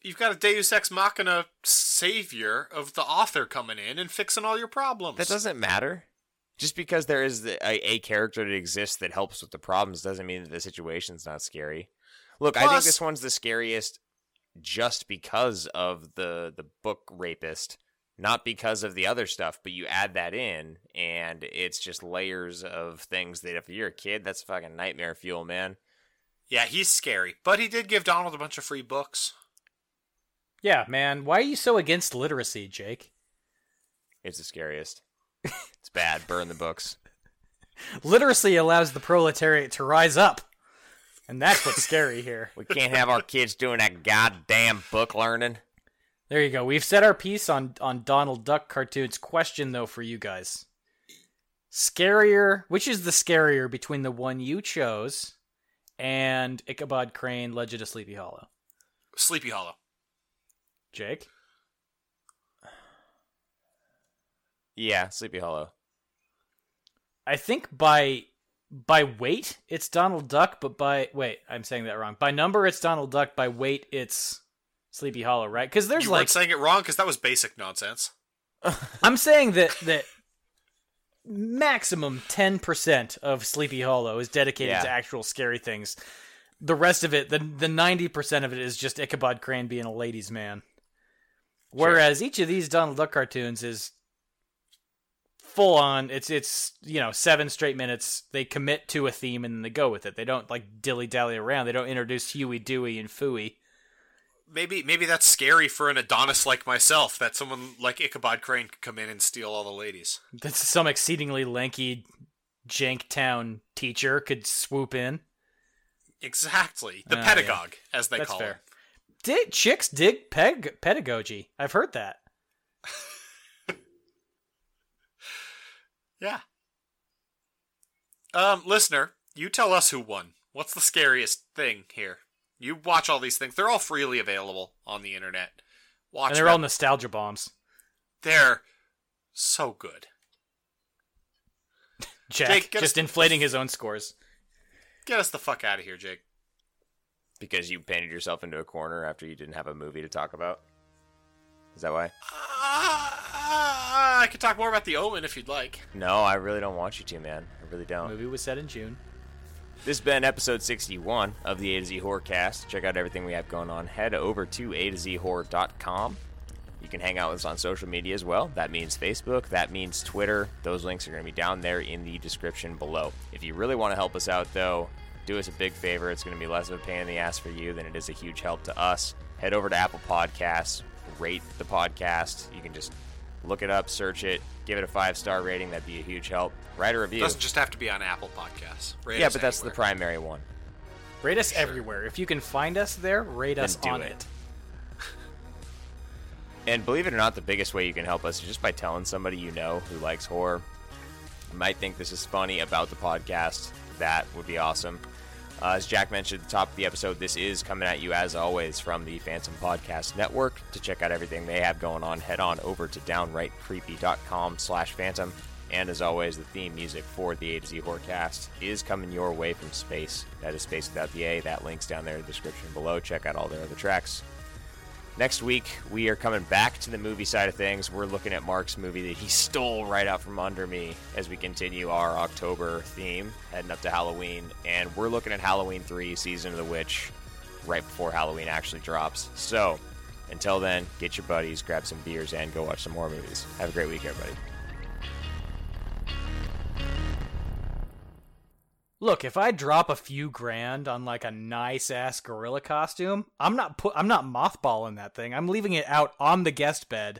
You've got a Deus Ex Machina savior of the author coming in and fixing all your problems. That doesn't matter. Just because there is the, a, a character that exists that helps with the problems doesn't mean that the situation's not scary. Look, I think Plus- this one's the scariest just because of the the book rapist, not because of the other stuff. But you add that in, and it's just layers of things that if you're a kid, that's fucking nightmare fuel, man. Yeah, he's scary, but he did give Donald a bunch of free books. Yeah, man. Why are you so against literacy, Jake? It's the scariest. it's bad. Burn the books. Literacy allows the proletariat to rise up. And that's what's scary here. We can't have our kids doing that goddamn book learning. There you go. We've set our piece on, on Donald Duck cartoons. Question, though, for you guys Scarier, which is the scarier between the one you chose and Ichabod Crane, Legend of Sleepy Hollow? Sleepy Hollow. Jake? Yeah, Sleepy Hollow. I think by by weight it's Donald Duck, but by wait, I'm saying that wrong. By number it's Donald Duck. By weight it's Sleepy Hollow, right? Because there's you like weren't saying it wrong because that was basic nonsense. I'm saying that that maximum ten percent of Sleepy Hollow is dedicated Yeah. to actual scary things. the rest of it, the the ninety percent of it is just Ichabod Crane being a ladies' man. Whereas each of these Donald Duck cartoons is full on. It's it's you know seven straight minutes. They commit to a theme and then they go with it. They don't like dilly dally around. They don't introduce Huey, Dewey, and Fooey. Maybe maybe that's scary for an Adonis like myself that someone like Ichabod Crane could come in and steal all the ladies. That's some exceedingly lanky Janktown teacher could swoop in. Exactly, the Ah, yeah. pedagogue as they That's call fair. Dig, chicks dig peg- pedagogy. I've heard that. it. Yeah. Um, listener, you tell us who won. What's the scariest thing here? You watch all these things; they're all freely available on the internet. Watch And they're them. all nostalgia bombs. They're so good. Jack Jake, get just us- inflating his own scores. Get us the fuck out of here, Jake. Because you painted yourself into a corner after you didn't have a movie to talk about. Is that why? Ah, I could talk more about the Omen if you'd like. No, I really don't want you to, man. I really don't. Movie was set in June. This has been episode 61 of the A to Z Horrorcast. Check out everything we have going on. Head over to A to Z Horror.com. You can hang out with us on social media as well. That means Facebook, that means Twitter. Those links are going to be down there in the description below. If you really want to help us out, though, do us a big favor. It's going to be less of a pain in the ass for you than it is a huge help to us. Head over to Apple Podcasts, rate the podcast. You can just look it up, search it, give it a five star rating. That'd be a huge help. Write a It review. doesn't just have to be on Apple Podcasts. Rate Yeah, us but that's the anywhere. primary one. Rate us everywhere. If you can find us there, rate us do on it. it. And believe it or not, the biggest way you can help us is just by telling somebody you know who likes horror, might think this is funny about the podcast. That would be awesome. Uh, as Jack mentioned at the top of the episode, this is coming at you as always from the Phantom Podcast Network. To check out everything they have going on, head on over to downrightcreepy.com slash phantom. And as always, the theme music for the A to Z Horrorcast is coming your way from Space. That is Space Without the A. That link's down there in the description below. Check out all their other tracks. Next week, we are coming back to the movie side of things. We're looking at Mark's movie that he stole right out from under me as we continue our October theme, heading up to Halloween. And we're looking at Halloween 3, Season of the Witch, right before Halloween actually drops. So, until then, get your buddies, grab some beers, and go watch some horror movies. Have a great week, everybody. Look, if I drop a few grand on like a nice ass gorilla costume, I'm not put I'm not mothballing that thing. I'm leaving it out on the guest bed